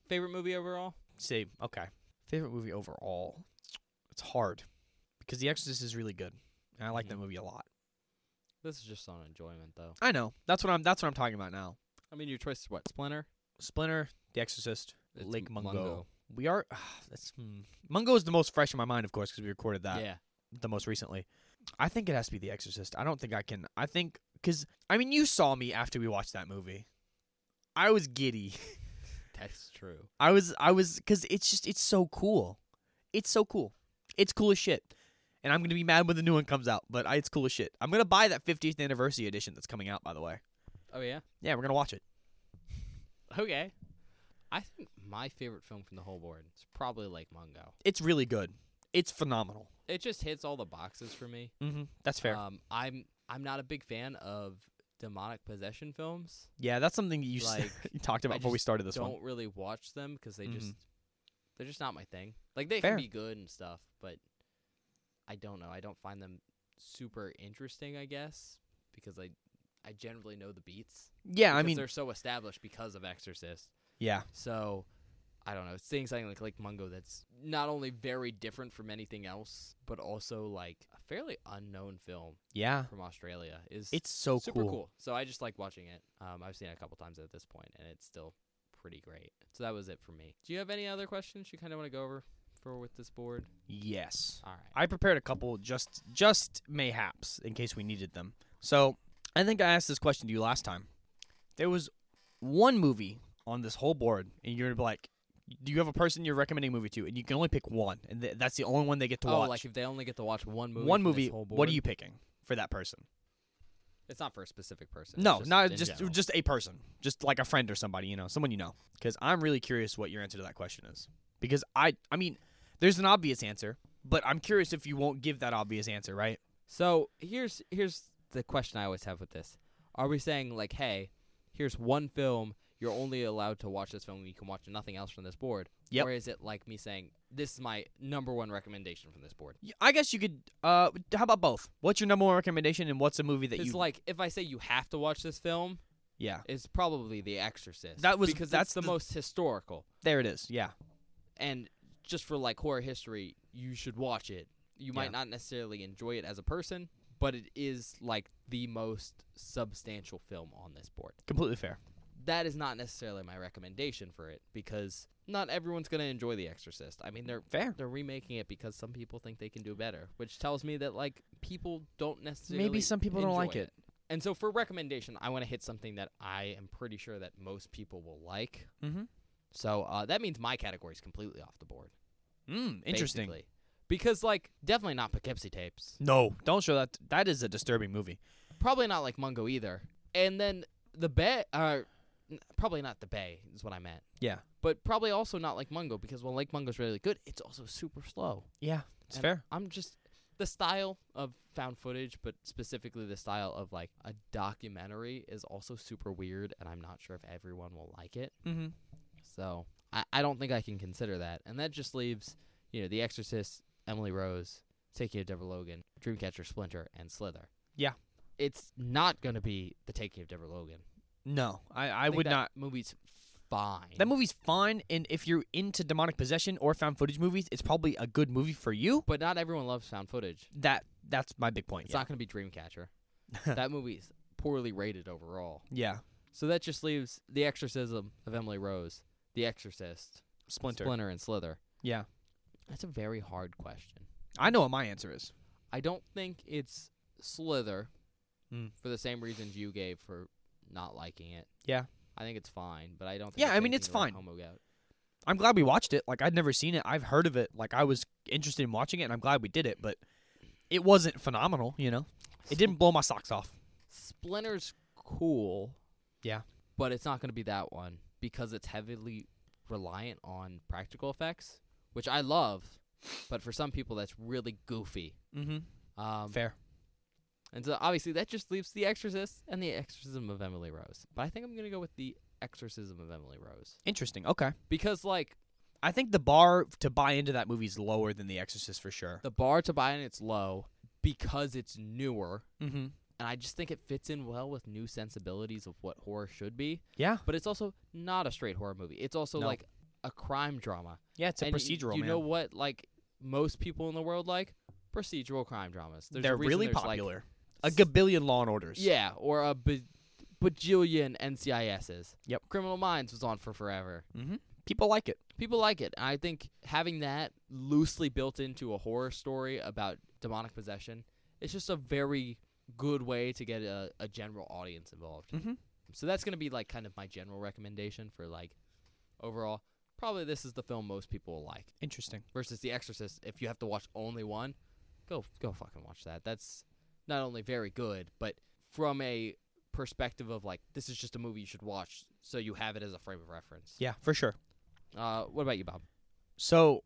Speaker 2: Favorite movie overall?
Speaker 1: See, okay. Favorite movie overall. It's hard because The Exorcist is really good. And I like that movie a lot.
Speaker 2: This is just on enjoyment, though.
Speaker 1: I know. That's what I'm that's what I'm talking about now.
Speaker 2: I mean, your choice is what? Splinter.
Speaker 1: Splinter, The Exorcist,
Speaker 2: It's
Speaker 1: Lake
Speaker 2: M-
Speaker 1: Mungo. We are that's hmm. Mungo is the most fresh in my mind of course because we recorded that.
Speaker 2: Yeah.
Speaker 1: the most recently. I think it has to be The Exorcist. I don't think I can. I think because I mean, you saw me after we watched that movie. I was giddy.
Speaker 2: That's true.
Speaker 1: I was. I was because it's just it's so cool. It's so cool. It's cool as shit. And I'm gonna be mad when the new one comes out, but I, it's cool as shit. I'm gonna buy that 50th anniversary edition that's coming out, by the way.
Speaker 2: Oh yeah.
Speaker 1: Yeah, we're gonna watch it.
Speaker 2: Okay. I think my favorite film from the whole board is probably Lake Mungo.
Speaker 1: It's really good. It's phenomenal.
Speaker 2: It just hits all the boxes for me.
Speaker 1: Mm-hmm. That's fair.
Speaker 2: Um, I'm I'm not a big fan of demonic possession films.
Speaker 1: yeah, that's something you, s-
Speaker 2: like,
Speaker 1: you talked about
Speaker 2: I
Speaker 1: before we
Speaker 2: just
Speaker 1: started this
Speaker 2: Don't
Speaker 1: one.
Speaker 2: really watch them because they
Speaker 1: Mhm.
Speaker 2: just they're just not my thing. Like they
Speaker 1: Fair.
Speaker 2: can be good and stuff, but I don't know. I don't find them super interesting. I guess because I I generally know the beats.
Speaker 1: Yeah, I
Speaker 2: because
Speaker 1: mean,
Speaker 2: they're so established because of Exorcist.
Speaker 1: yeah.
Speaker 2: So I don't know. Seeing something like Lake Mungo that's not only very different from anything else, but also like a fairly unknown film
Speaker 1: Yeah.
Speaker 2: from Australia is
Speaker 1: It's so
Speaker 2: super cool.
Speaker 1: cool.
Speaker 2: So I just like watching it. Um, I've seen it a couple times at this point, and it's still pretty great. So that was it for me. Do you have any other questions you kind of want to go over for with this board?
Speaker 1: Yes.
Speaker 2: All right.
Speaker 1: I prepared a couple just just mayhaps in case we needed them. So I think I asked this question to you last time. There was one movie on this whole board, and you're gonna be like, "Do you have a person you're recommending a movie to?" And you can only pick one, and th- that's the only one they get to
Speaker 2: oh,
Speaker 1: watch.
Speaker 2: like if they only get to watch one movie,
Speaker 1: one
Speaker 2: from this
Speaker 1: movie.
Speaker 2: whole
Speaker 1: What
Speaker 2: board?
Speaker 1: are you picking for that person?
Speaker 2: It's not for a specific person. it's
Speaker 1: No,
Speaker 2: just
Speaker 1: not
Speaker 2: in
Speaker 1: just
Speaker 2: general.
Speaker 1: just a person, just like a friend or somebody, you know, someone you know. Because I'm really curious what your answer to that question is. Because I, I mean, there's an obvious answer, but I'm curious if you won't give that obvious answer, right?
Speaker 2: So here's here's the question I always have with this: Are we saying like, hey, here's one film you're only allowed to watch this film, you can watch nothing else from this board?
Speaker 1: Yep.
Speaker 2: Or is it like me saying this is my number one recommendation from this board?
Speaker 1: Y- I guess you could. Uh, how about both? What's your number one recommendation, and what's a movie that
Speaker 2: It's
Speaker 1: you
Speaker 2: like if I say you have to watch this film,
Speaker 1: Yeah,
Speaker 2: it's probably The Exorcist.
Speaker 1: That was-
Speaker 2: because
Speaker 1: that's
Speaker 2: it's the,
Speaker 1: the-
Speaker 2: most historical,
Speaker 1: there it is. Yeah,
Speaker 2: and just for like horror history, you should watch it. You might
Speaker 1: Yeah.
Speaker 2: not necessarily enjoy it as a person, but it is like the most substantial film on this board.
Speaker 1: completely fair.
Speaker 2: that is not necessarily my recommendation for it because not everyone's going to enjoy The Exorcist. I mean, they're
Speaker 1: Fair.
Speaker 2: they're remaking it because some people think they can do better, which tells me that like people don't necessarily
Speaker 1: Maybe some people don't
Speaker 2: enjoy
Speaker 1: like it.
Speaker 2: And so for recommendation, I want to hit something that I am pretty sure that most people will like.
Speaker 1: Mm-hmm.
Speaker 2: So uh, that means my category is completely off the board.
Speaker 1: Mm, interesting.
Speaker 2: basically. Because like definitely not Poughkeepsie tapes.
Speaker 1: No, don't show that. That is a disturbing movie.
Speaker 2: Probably not like Mungo either. And then the Bay, uh, n- probably not the Bay is what I meant.
Speaker 1: Yeah.
Speaker 2: but probably also not like Mungo because while Lake Mungo's really good, it's also super slow.
Speaker 1: Yeah, it's
Speaker 2: And
Speaker 1: fair.
Speaker 2: I'm just the style of found footage, but specifically the style of like a documentary is also super weird, and I'm not sure if everyone will like it.
Speaker 1: Mm-hmm.
Speaker 2: So I, I don't think I can consider that, and that just leaves you know The Exorcist, Emily Rose, Taking of Deborah Logan, Dreamcatcher, Splinter, and Slither.
Speaker 1: Yeah.
Speaker 2: it's not gonna be the Taking of Deborah Logan.
Speaker 1: No, I, I,
Speaker 2: think
Speaker 1: would
Speaker 2: that
Speaker 1: not.
Speaker 2: Movie's fine.
Speaker 1: That movie's fine, and if you're into demonic possession or found footage movies, it's probably a good movie for you.
Speaker 2: but not everyone loves found footage.
Speaker 1: That that's my big point.
Speaker 2: It's
Speaker 1: yeah.
Speaker 2: not going to be Dreamcatcher. that movie's poorly rated overall.
Speaker 1: yeah,
Speaker 2: So that just leaves The Exorcism of Emily Rose, The Exorcist,
Speaker 1: Splinter.
Speaker 2: Splinter, and Slither.
Speaker 1: Yeah,
Speaker 2: That's a very hard question.
Speaker 1: I know what my answer is.
Speaker 2: I don't think it's Slither
Speaker 1: Mm.
Speaker 2: for the same reasons you gave for not liking it.
Speaker 1: Yeah.
Speaker 2: I think it's fine, but I don't think
Speaker 1: Yeah, I mean, it's
Speaker 2: anything to write
Speaker 1: fine.
Speaker 2: home about.
Speaker 1: I'm glad we watched it. Like I'd never seen it. I've heard of it. Like I was interested in watching it, and I'm glad we did it. But it wasn't phenomenal, you know. It didn't blow my socks off.
Speaker 2: Splinter's cool.
Speaker 1: Yeah.
Speaker 2: but it's not going to be that one because it's heavily reliant on practical effects, which I love, but for some people that's really goofy.
Speaker 1: Mm-hmm.
Speaker 2: Um,
Speaker 1: Fair.
Speaker 2: and so obviously that just leaves The Exorcist and The Exorcism of Emily Rose. But I think I'm going to go with The Exorcism of Emily Rose
Speaker 1: Interesting. Okay.
Speaker 2: because like
Speaker 1: I think the bar to buy into that movie is lower than The Exorcist for sure.
Speaker 2: the bar to buy in it's low because it's newer.
Speaker 1: Mm-hmm.
Speaker 2: And I just think it fits in well with new sensibilities of what horror should be.
Speaker 1: Yeah.
Speaker 2: But it's also not a straight horror movie. It's also
Speaker 1: No.
Speaker 2: like a crime drama.
Speaker 1: Yeah, it's a
Speaker 2: And y-
Speaker 1: procedural.
Speaker 2: You
Speaker 1: man.
Speaker 2: know what? Like most people in the world like procedural crime dramas. There's a
Speaker 1: they're
Speaker 2: reason
Speaker 1: really
Speaker 2: there's, like-
Speaker 1: popular. a gabillion Law and Orders.
Speaker 2: yeah, or a ba- bajillion NCISs.
Speaker 1: Yep.
Speaker 2: Criminal Minds was on for forever.
Speaker 1: Mm-hmm. People like it.
Speaker 2: People like it. And I think having that loosely built into a horror story about demonic possession, it's just a very good way to get a, a general audience involved.
Speaker 1: Mhm.
Speaker 2: So that's gonna be like kind of my general recommendation for like overall. Probably this is the film most people will like.
Speaker 1: Interesting.
Speaker 2: versus The Exorcist. If you have to watch only one, go go fucking watch that. That's not only very good, but from a perspective of like this is just a movie you should watch, so you have it as a frame of reference.
Speaker 1: Yeah, for sure.
Speaker 2: Uh, what about you, Bob?
Speaker 1: So,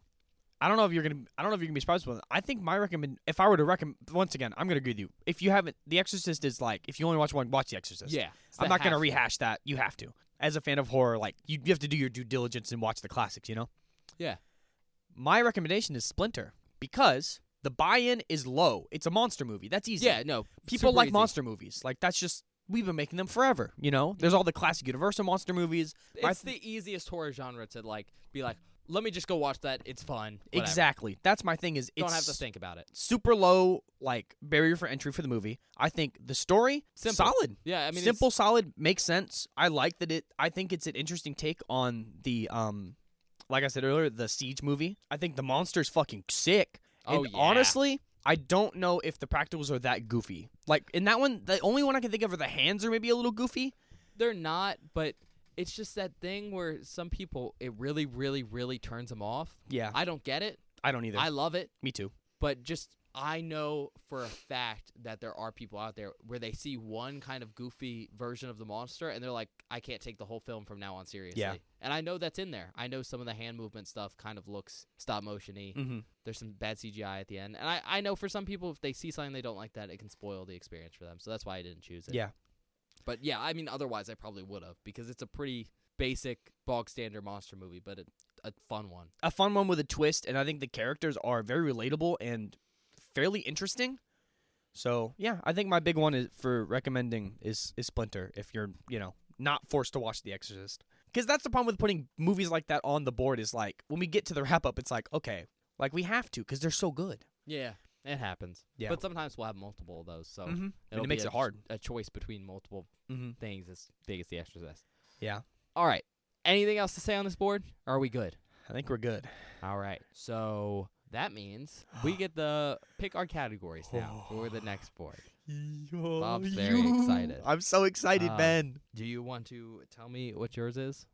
Speaker 1: I don't know if you're gonna. I don't know if you're gonna be surprised with. it. I think my recommend. If I were to recommend, once again, I'm gonna agree with you. If you haven't, The Exorcist is like. If you only watch one, watch The Exorcist.
Speaker 2: Yeah, it's
Speaker 1: I'm
Speaker 2: the
Speaker 1: not gonna
Speaker 2: half-
Speaker 1: rehash that. You have to. As a fan of horror, like you, you have to do your due diligence and watch the classics. You know.
Speaker 2: Yeah.
Speaker 1: My recommendation is Splinter because the buy-in is low. It's a monster movie. That's easy.
Speaker 2: Yeah, no,
Speaker 1: people
Speaker 2: super
Speaker 1: like
Speaker 2: easy.
Speaker 1: monster movies. Like that's just we've been making them forever. You know, there's all the classic Universal monster movies. My
Speaker 2: Mm-hmm. It's the easiest horror genre to like be like. Let me just go watch that. It's fun. Whatever.
Speaker 1: Exactly. That's my thing. Is it's
Speaker 2: Don't have to think about it.
Speaker 1: super low like barrier for entry for the movie. I think the story
Speaker 2: Simple.
Speaker 1: solid.
Speaker 2: Yeah, I mean, it's-
Speaker 1: simple, solid, makes sense. I like that it. I think it's an interesting take on the um, like I said earlier, the siege movie. I think the monster's fucking sick.
Speaker 2: Oh,
Speaker 1: and
Speaker 2: yeah.
Speaker 1: honestly, I don't know if the practicals are that goofy. Like in that one, the only one I can think of are the hands are maybe a little goofy.
Speaker 2: they're not, but it's just that thing where some people it really, really, really turns them off.
Speaker 1: Yeah, I,
Speaker 2: I don't get it.
Speaker 1: don't either.
Speaker 2: I love it.
Speaker 1: Me too.
Speaker 2: but just I know for a fact that there are people out there where they see one kind of goofy version of the monster and they're like, I can't take the whole film from now on seriously. And I know that's in there. I know some of the hand movement stuff kind of looks stop motion y.
Speaker 1: Mm-hmm.
Speaker 2: There's some bad CGI at the end. And I, I know for some people, if they see something they don't like that, it can spoil the experience for them. So that's why I didn't choose it.
Speaker 1: Yeah.
Speaker 2: But yeah, I mean, otherwise, I probably would have because it's a pretty basic, bog standard monster movie, but it, a fun one.
Speaker 1: a fun one with a twist, and I think the characters are very relatable and fairly interesting. So yeah, I think my big one is for recommending is is Splinter if you're you know not forced to watch The Exorcist because that's the problem with putting movies like that on the board is like when we get to the wrap up, it's like okay, like we have to because they're so good.
Speaker 2: Yeah. It happens.
Speaker 1: Yeah.
Speaker 2: But sometimes we'll have multiple of those. So.
Speaker 1: Mm-hmm. And
Speaker 2: It'll
Speaker 1: it makes
Speaker 2: be
Speaker 1: it
Speaker 2: a ch-
Speaker 1: hard.
Speaker 2: A choice between multiple
Speaker 1: Mm-hmm.
Speaker 2: things as big as the Exorcist.
Speaker 1: Yeah,
Speaker 2: All right. Anything else to say on this board? Are we good?
Speaker 1: I think we're good.
Speaker 2: All right. So that means we get the pick our categories now for the next board. Bob's very you- excited.
Speaker 1: I'm so excited,
Speaker 2: Uh,
Speaker 1: man.
Speaker 2: Do you want to tell me what yours is?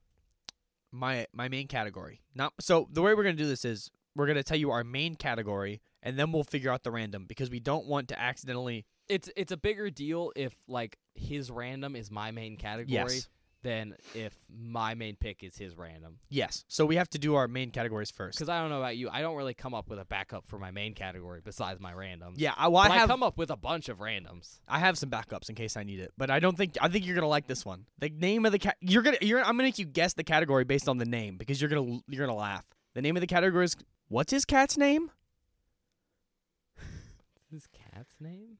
Speaker 1: my my main category. Not so the way we're gonna do this is we're gonna tell you our main category and then we'll figure out the random because we don't want to accidentally
Speaker 2: It's it's a bigger deal if like his random is my main category
Speaker 1: Yes.
Speaker 2: than if my main pick is his random.
Speaker 1: Yes. So we have to do our main categories first.
Speaker 2: Because I don't know about you, I don't really come up with a backup for my main category besides my randoms.
Speaker 1: Yeah, I, well, I
Speaker 2: But I,
Speaker 1: have
Speaker 2: come up with a bunch of randoms.
Speaker 1: I have some backups in case I need it, but I don't think I think you're gonna like this one. The name of the cat you're gonna you're I'm gonna make you guess the category based on the name because you're gonna you're gonna laugh. The name of the category is what's his cat's name?
Speaker 2: His cat's name?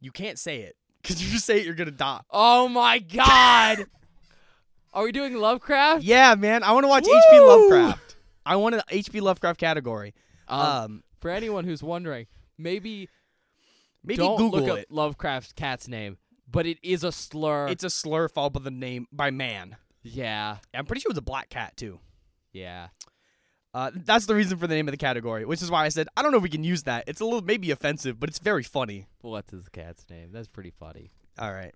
Speaker 1: You can't say it because you say it you're gonna die.
Speaker 2: Oh my god! Are we doing Lovecraft?
Speaker 1: Yeah, man, I want to watch H.P.
Speaker 2: Woo!
Speaker 1: Lovecraft. I want an H.P. Lovecraft category.
Speaker 2: Um,
Speaker 1: um
Speaker 2: for anyone who's wondering, maybe,
Speaker 1: Maybe
Speaker 2: don't
Speaker 1: Google
Speaker 2: look up
Speaker 1: it.
Speaker 2: Lovecraft's cat's name, but it is a slur.
Speaker 1: It's a slur followed by the name by man.
Speaker 2: yeah,
Speaker 1: I'm pretty sure it was a black cat too.
Speaker 2: yeah.
Speaker 1: Uh, that's the reason for the name of the category, which is why I said I don't know if we can use that. It's a little maybe offensive, but it's very funny.
Speaker 2: What's his cat's name? That's pretty funny.
Speaker 1: All right,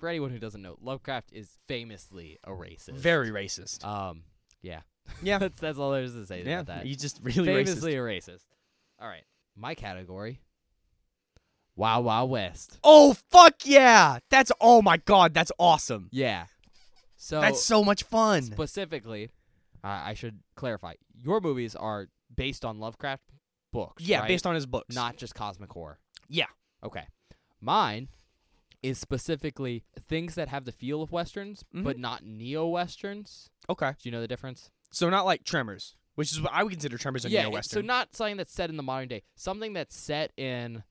Speaker 2: For anyone who doesn't know, Lovecraft is famously a racist.
Speaker 1: very racist.
Speaker 2: Um. Yeah.
Speaker 1: Yeah.
Speaker 2: that's that's all there is to say
Speaker 1: yeah,
Speaker 2: about that.
Speaker 1: he's just really racist.
Speaker 2: famously a racist. All right, my category. Wild Wild West.
Speaker 1: Oh fuck yeah! That's oh my god, that's awesome.
Speaker 2: Yeah. So
Speaker 1: that's so much fun.
Speaker 2: specifically, uh, I should clarify. Your movies are based on Lovecraft books.
Speaker 1: Yeah,
Speaker 2: right?
Speaker 1: based on his books.
Speaker 2: not just cosmic horror.
Speaker 1: Yeah.
Speaker 2: Okay. Mine is specifically things that have the feel of westerns,
Speaker 1: Mhm.
Speaker 2: but not neo westerns.
Speaker 1: okay.
Speaker 2: Do you know the difference?
Speaker 1: So not like Tremors, which is what I would consider Tremors a
Speaker 2: yeah. it- So
Speaker 1: neo-western.
Speaker 2: not something that's set in the modern day. Something that's set in,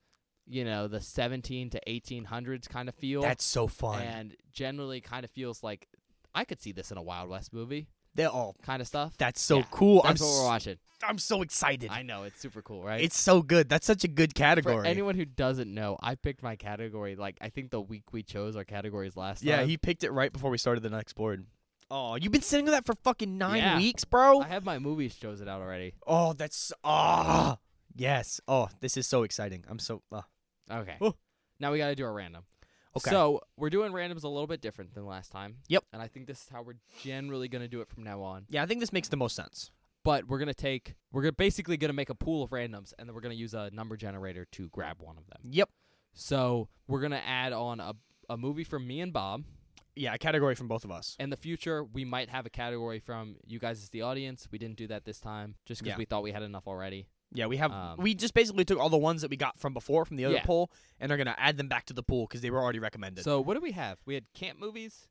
Speaker 2: you know, the 17 to 1800s kind of feel.
Speaker 1: that's so fun.
Speaker 2: and generally kind of feels like I could see this in a Wild West movie
Speaker 1: They're all.
Speaker 2: kind of stuff.
Speaker 1: That's so
Speaker 2: Yeah,
Speaker 1: cool.
Speaker 2: That's
Speaker 1: I'm
Speaker 2: what we're
Speaker 1: s-
Speaker 2: watching.
Speaker 1: I'm so excited.
Speaker 2: I know it's super cool, right?
Speaker 1: It's so good. That's such a good
Speaker 2: For
Speaker 1: category.
Speaker 2: anyone who doesn't know, I picked my category like I think the week we chose our categories last
Speaker 1: yeah,
Speaker 2: time.
Speaker 1: he picked it right before we started the next board. Oh, you've been sitting on that for fucking nine
Speaker 2: Yeah.
Speaker 1: weeks, bro.
Speaker 2: I have my movies chosen out already.
Speaker 1: oh, that's ah yes. Oh, this is so exciting. I'm so ah.
Speaker 2: Okay.
Speaker 1: Oh.
Speaker 2: Now we got to do our random.
Speaker 1: okay.
Speaker 2: So we're doing randoms a little bit different than last time.
Speaker 1: Yep.
Speaker 2: And I think this is how we're generally going to do it from now on.
Speaker 1: yeah, I think this makes the most sense.
Speaker 2: But we're going to take, we're gonna basically going to make a pool of randoms and then we're going to use a number generator to grab one of them.
Speaker 1: Yep.
Speaker 2: So we're going to add on a, a movie from me and Bob.
Speaker 1: Yeah, a category from both of us.
Speaker 2: In the future, we might have a category from you guys as the audience. We didn't do that this time just because
Speaker 1: Yeah.
Speaker 2: we thought we had enough already.
Speaker 1: Yeah, we have
Speaker 2: Um,
Speaker 1: we just basically took all the ones that we got from before from the other
Speaker 2: Yeah.
Speaker 1: poll and are gonna add them back to the pool because they were already recommended.
Speaker 2: So what do we have? We had camp movies,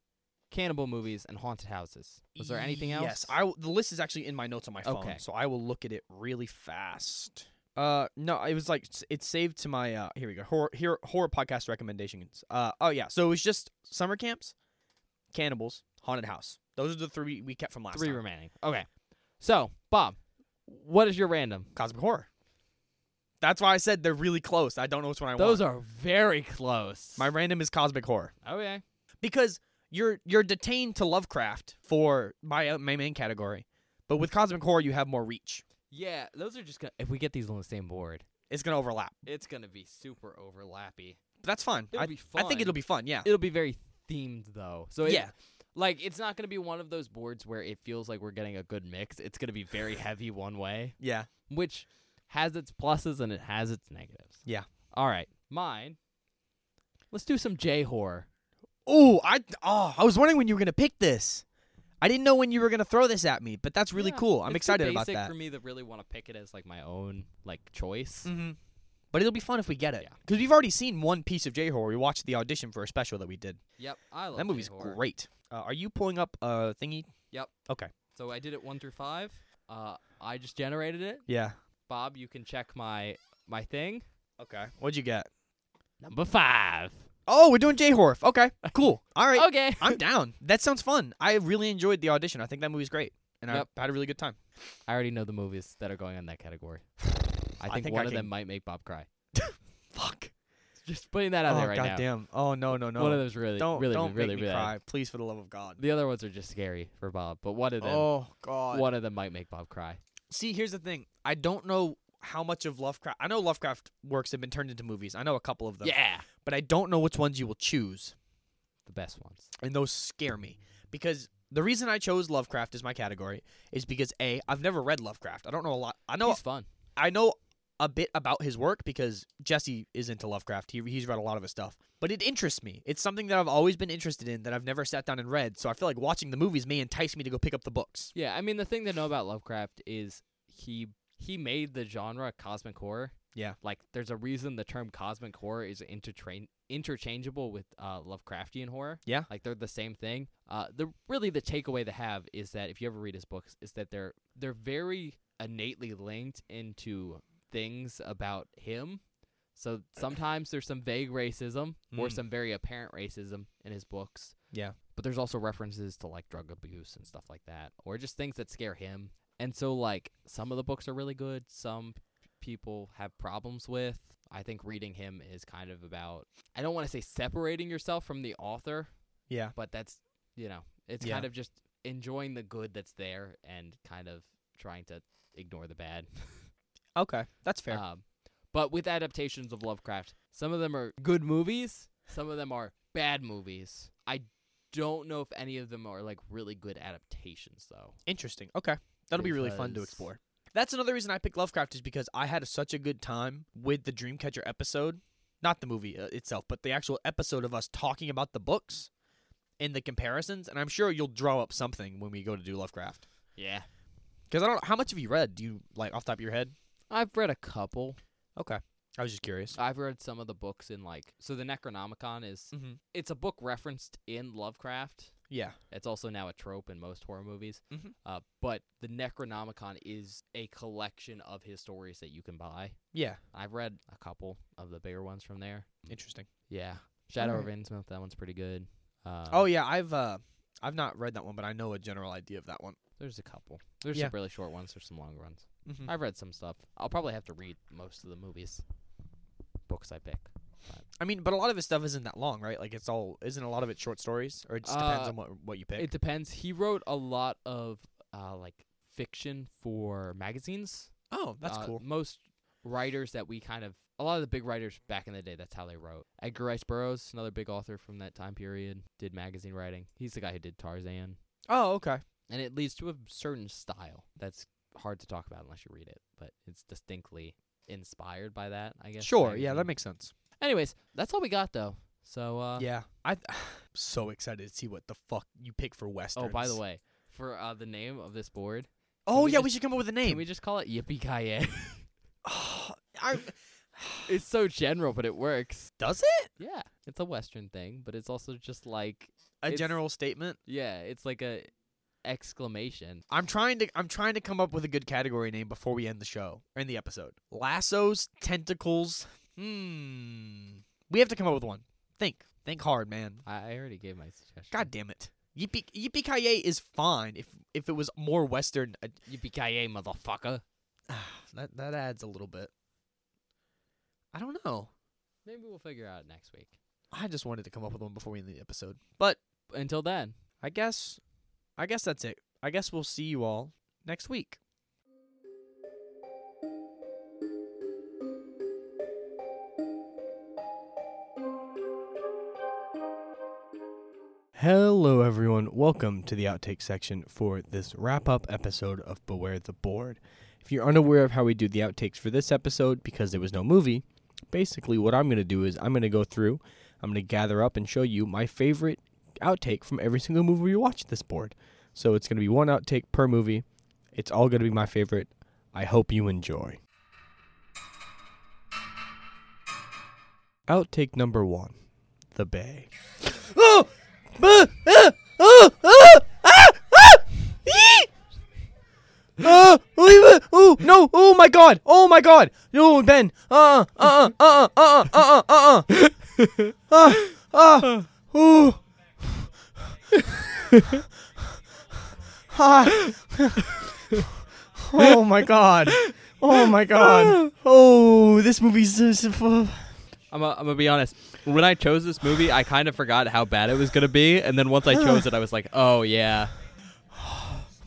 Speaker 2: cannibal movies, and haunted houses. Was there anything else?
Speaker 1: Yes, I w- the list is actually in my notes on my phone,
Speaker 2: Okay.
Speaker 1: so I will look at it really fast. Uh, no, it was like s- it's saved to my uh. Here we go. Horror, here, horror podcast recommendations. Uh, oh yeah. So it was just summer camps, cannibals, haunted house. Those are the three we kept from last
Speaker 2: three
Speaker 1: time.
Speaker 2: remaining. Okay. So, Bob, what is your random?
Speaker 1: Cosmic horror. That's why I said they're really close. I don't know which one I
Speaker 2: Those
Speaker 1: want.
Speaker 2: are very close.
Speaker 1: my random is cosmic horror.
Speaker 2: okay.
Speaker 1: because you're you're detained to Lovecraft for my uh, my main category, but with Cosmic Horror you have more reach.
Speaker 2: Yeah, those are just gonna. If we get these on the same board,
Speaker 1: It's gonna overlap.
Speaker 2: it's gonna be super overlappy.
Speaker 1: But that's fine.
Speaker 2: It'll
Speaker 1: I,
Speaker 2: be
Speaker 1: I think it'll
Speaker 2: fun.
Speaker 1: be fun. Yeah.
Speaker 2: It'll be very themed though. So it-
Speaker 1: Yeah.
Speaker 2: like it's not gonna be one of those boards where it feels like we're getting a good mix. It's gonna be very heavy one way,
Speaker 1: yeah.
Speaker 2: which has its pluses and it has its negatives.
Speaker 1: Yeah.
Speaker 2: All right, mine. Let's do some J horror.
Speaker 1: Oh, I oh I was wondering when you were gonna pick this. I didn't know when you were gonna throw this at me, but that's really
Speaker 2: Yeah,
Speaker 1: cool. I'm
Speaker 2: it's
Speaker 1: excited
Speaker 2: too
Speaker 1: about
Speaker 2: basic
Speaker 1: that.
Speaker 2: For me, to really want to pick it as like my own like choice.
Speaker 1: Mm-hmm. But it'll be fun if we get it
Speaker 2: Yeah.
Speaker 1: because we've already seen one piece of J horror. We watched the audition for a special that we did.
Speaker 2: Yep, I love
Speaker 1: that movie's
Speaker 2: J-horror.
Speaker 1: great. Uh, are you pulling up a thingy?
Speaker 2: So I did it one through five. Uh, I just generated it.
Speaker 1: Yeah.
Speaker 2: Bob, you can check my my thing.
Speaker 1: Okay. What'd you get?
Speaker 2: Number five.
Speaker 1: Oh, we're doing J horror. Okay. Cool. All right.
Speaker 2: Okay.
Speaker 1: I'm down. That sounds fun. I really enjoyed the audition. I think that movie's great, and
Speaker 2: Yep.
Speaker 1: I had a really good time.
Speaker 2: I already know the movies that are going on that category. I think,
Speaker 1: think I
Speaker 2: one of
Speaker 1: can-
Speaker 2: them might make Bob cry.
Speaker 1: Fuck.
Speaker 2: Just putting that out
Speaker 1: oh
Speaker 2: there right now.
Speaker 1: goddamn. Oh no no no.
Speaker 2: One of those really,
Speaker 1: don't
Speaker 2: really,
Speaker 1: don't
Speaker 2: really,
Speaker 1: make me
Speaker 2: really.
Speaker 1: cry, please, for the love of God.
Speaker 2: The other ones are just scary for Bob, but one of them,
Speaker 1: Oh God.
Speaker 2: one of them might make Bob cry.
Speaker 1: See, here's the thing. I don't know how much of Lovecraft. I know Lovecraft works have been turned into movies. I know a couple of them.
Speaker 2: Yeah,
Speaker 1: But I don't know which ones you will choose,
Speaker 2: the best ones.
Speaker 1: and those scare me because. The reason I chose Lovecraft as my category is because a I've never read Lovecraft. I don't know a lot. I know
Speaker 2: He's fun.
Speaker 1: I know a bit about his work because Jesse is into Lovecraft. He, he's read a lot of his stuff, but it interests me. It's something that I've always been interested in that I've never sat down and read. So I feel like watching the movies may entice me to go pick up the books.
Speaker 2: Yeah, I mean the thing to know about Lovecraft is he he made the genre cosmic horror.
Speaker 1: Yeah.
Speaker 2: like there's a reason the term cosmic horror is intertrain interchangeable with uh, Lovecraftian horror.
Speaker 1: Yeah.
Speaker 2: like they're the same thing. Uh, the really the takeaway to have is that if you ever read his books, is that they're they're very innately linked into things about him. So sometimes there's some vague racism or
Speaker 1: Mm.
Speaker 2: some very apparent racism in his books.
Speaker 1: Yeah.
Speaker 2: But there's also references to like drug abuse and stuff like that, or just things that scare him. And so like some of the books are really good, some p- people have problems with. I think reading him is kind of about I don't want to say separating yourself from the author,
Speaker 1: Yeah.
Speaker 2: but that's you know, it's
Speaker 1: Yeah.
Speaker 2: kind of just enjoying the good that's there and kind of trying to ignore the bad.
Speaker 1: Okay, that's fair.
Speaker 2: Um, but with adaptations of Lovecraft, some of them are good movies, some of them are bad movies. I don't know if any of them are like really good adaptations though.
Speaker 1: Interesting. Okay, that'll be really fun to
Speaker 2: because-
Speaker 1: explore. That's another reason I picked Lovecraft is because I had such a good time with the Dreamcatcher episode not the movie uh, itself, but the actual episode of us talking about the books and the comparisons. And I'm sure you'll draw up something when we go to do Lovecraft.
Speaker 2: Yeah.
Speaker 1: Because I don't know how much have you read? Do you like off the top of your head?
Speaker 2: I've read a couple.
Speaker 1: Okay, I was just curious.
Speaker 2: I've read some of the books in like so the Necronomicon is
Speaker 1: Mm-hmm.
Speaker 2: it's a book referenced in Lovecraft.
Speaker 1: Yeah.
Speaker 2: It's also now a trope in most horror movies.
Speaker 1: Mhm.
Speaker 2: Uh, but the Necronomicon is a collection of his stories that you can buy.
Speaker 1: Yeah.
Speaker 2: I've read a couple of the bigger ones from there.
Speaker 1: Interesting.
Speaker 2: Yeah, Shadow of
Speaker 1: Alright.
Speaker 2: Innsmouth, that one's pretty good. Um,
Speaker 1: oh yeah, I've uh, I've not read that one, but I know a general idea of that one.
Speaker 2: there's a couple. There's
Speaker 1: Yeah.
Speaker 2: some really short ones. There's some long ones.
Speaker 1: Mm-hmm.
Speaker 2: I've read some stuff. I'll probably have to read most of the movies, books I pick.
Speaker 1: I mean, but a lot of his stuff isn't that long, right? Like it's all isn't a lot of it short stories, or it just depends
Speaker 2: Uh,
Speaker 1: on what what you pick.
Speaker 2: It depends. He wrote a lot of uh, like fiction for magazines.
Speaker 1: oh, that's
Speaker 2: Uh,
Speaker 1: cool.
Speaker 2: Most writers that we kind of a lot of the big writers back in the day, that's how they wrote. Edgar Rice Burroughs, another big author from that time period, did magazine writing. He's the guy who did Tarzan,
Speaker 1: Oh, okay.
Speaker 2: and it leads to a certain style that's hard to talk about unless you read it, but it's distinctly inspired by that. I guess.
Speaker 1: Sure. Yeah, that
Speaker 2: magazine.
Speaker 1: makes sense.
Speaker 2: Anyways, that's all we got though. So uh,
Speaker 1: yeah, I so excited to see what the fuck you pick for westerns.
Speaker 2: Oh, by the way, for uh, the name of this board,
Speaker 1: Oh
Speaker 2: we
Speaker 1: yeah, we
Speaker 2: just-
Speaker 1: should come up with a
Speaker 2: can
Speaker 1: name.
Speaker 2: we just call it Yippee Kaye?
Speaker 1: I,
Speaker 2: it's so general, but it works.
Speaker 1: does it?
Speaker 2: Yeah, it's a Western thing, but it's also just like
Speaker 1: A
Speaker 2: It's-
Speaker 1: general statement.
Speaker 2: yeah, it's like a exclamation.
Speaker 1: I'm trying to I'm trying to come up with a good category name before we end the show or end the episode. Lassos, tentacles. Hmm. We have to come up with one. Think. Think hard, man.
Speaker 2: I I already gave my suggestion.
Speaker 1: God damn it. Yippee Yippee Kaye is fine if if it was more western. Uh,
Speaker 2: Yippee Kaye, motherfucker!
Speaker 1: that that adds a little bit. I don't know.
Speaker 2: Maybe we'll figure out next week.
Speaker 1: I just wanted to come up with one before we end the episode. But
Speaker 2: Until then,
Speaker 1: I guess I guess that's it. I guess we'll see you all next week. Hello everyone. Welcome to the outtake section for this wrap-up episode of Beware the Board. If you're unaware of how we do the outtakes for this episode because there was no movie, basically what I'm going to do is I'm going to go through, I'm going to gather up and show you my favorite outtake from every single movie we watch this board. So it's going to be one outtake per movie. It's all going to be my favorite. I hope you enjoy. Outtake number one The Bay. Oh! Ah! Ah! Ah! Ah! Ah! Ah! Eee! Ah! leave it! Oh no! Oh my god! Oh my god! No, Ben! Uh uh uh uh uh uh uh uh uh uh uh Ooh! Ah. oh my god. Oh my god. Oh, this movie's just. uh,
Speaker 2: I'm i I'm gonna be honest. When I chose this movie, I kind of forgot how bad it was gonna be, and then once I chose it, I was like, oh yeah,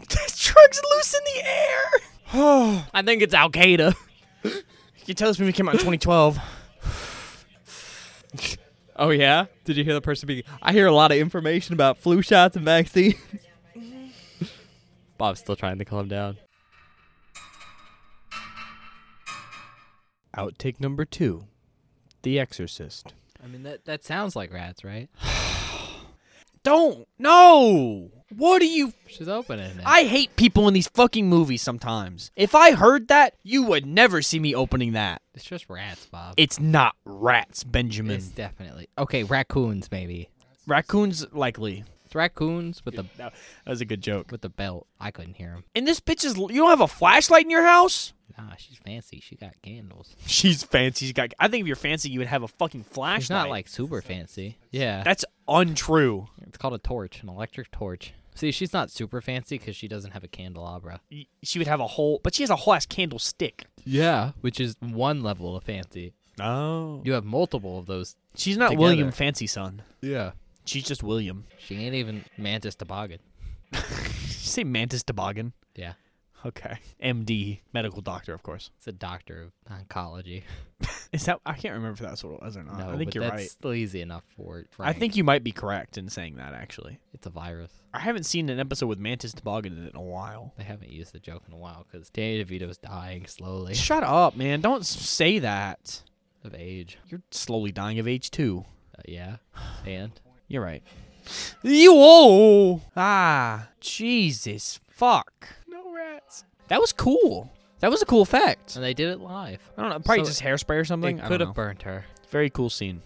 Speaker 1: truck's loose in the air.
Speaker 2: I think it's Al Qaeda.
Speaker 1: you tell this movie came out in 2012.
Speaker 2: Oh yeah? Did you hear the person being? I hear a lot of information about flu shots and vaccines. Bob's still trying to calm down.
Speaker 1: Outtake number two The Exorcist.
Speaker 2: I mean that that sounds like rats, right?
Speaker 1: Don't. No. What are you.
Speaker 2: She's opening it.
Speaker 1: I hate people in these fucking movies sometimes. If I heard that, you would never see me opening that.
Speaker 3: It's just rats, Bob.
Speaker 1: It's not rats, Benjamin.
Speaker 3: It's definitely okay. Raccoons, maybe.
Speaker 1: Raccoons, likely.
Speaker 3: It's raccoons with the
Speaker 1: That was a good joke.
Speaker 3: with the belt. I couldn't hear him.
Speaker 1: And this bitch is. You don't have a flashlight in your house?
Speaker 3: Nah, she's fancy. She got candles.
Speaker 1: She's fancy. She's got. I think if you're fancy, you would have a fucking flashlight.
Speaker 3: She's not like super fancy. Yeah,
Speaker 1: That's untrue.
Speaker 3: it's called a torch, an electric torch. See, she's not super fancy because she doesn't have a candelabra.
Speaker 1: Y- She would have a whole, but she has a whole ass candlestick.
Speaker 3: Yeah, which is one level of fancy.
Speaker 1: Oh.
Speaker 3: You have multiple of those.
Speaker 1: She's not
Speaker 3: Together.
Speaker 1: William Fancy Son.
Speaker 3: Yeah,
Speaker 1: She's just William.
Speaker 3: she ain't even mantis toboggan.
Speaker 1: Did you say Mantis Toboggan?
Speaker 3: Yeah,
Speaker 1: Okay. MD, medical doctor, of course.
Speaker 3: it's a doctor of oncology.
Speaker 1: Is that? I can't remember if that's what it was or not.
Speaker 3: no,
Speaker 1: Uh, I think
Speaker 3: but
Speaker 1: you're
Speaker 3: that's
Speaker 1: right.
Speaker 3: still easy enough for.
Speaker 1: I
Speaker 3: Frank.
Speaker 1: think you might be correct in saying that. Actually,
Speaker 3: it's a virus.
Speaker 1: I haven't seen an episode with Mantis Toboggan in a while.
Speaker 3: They haven't used the joke in a while because Danny DeVito's dying slowly.
Speaker 1: Shut up, man! Don't s- say that.
Speaker 3: of age.
Speaker 1: You're slowly dying of age too.
Speaker 3: Uh, yeah. And
Speaker 1: You're right. You oh ah Jesus fuck. No rats. That was cool. That was a cool fact.
Speaker 3: and they did it live.
Speaker 1: I don't know. Probably
Speaker 3: So
Speaker 1: just hairspray or something.
Speaker 3: They
Speaker 1: I
Speaker 3: could
Speaker 1: don't
Speaker 3: have
Speaker 1: know.
Speaker 3: burned her.
Speaker 1: Very cool scene.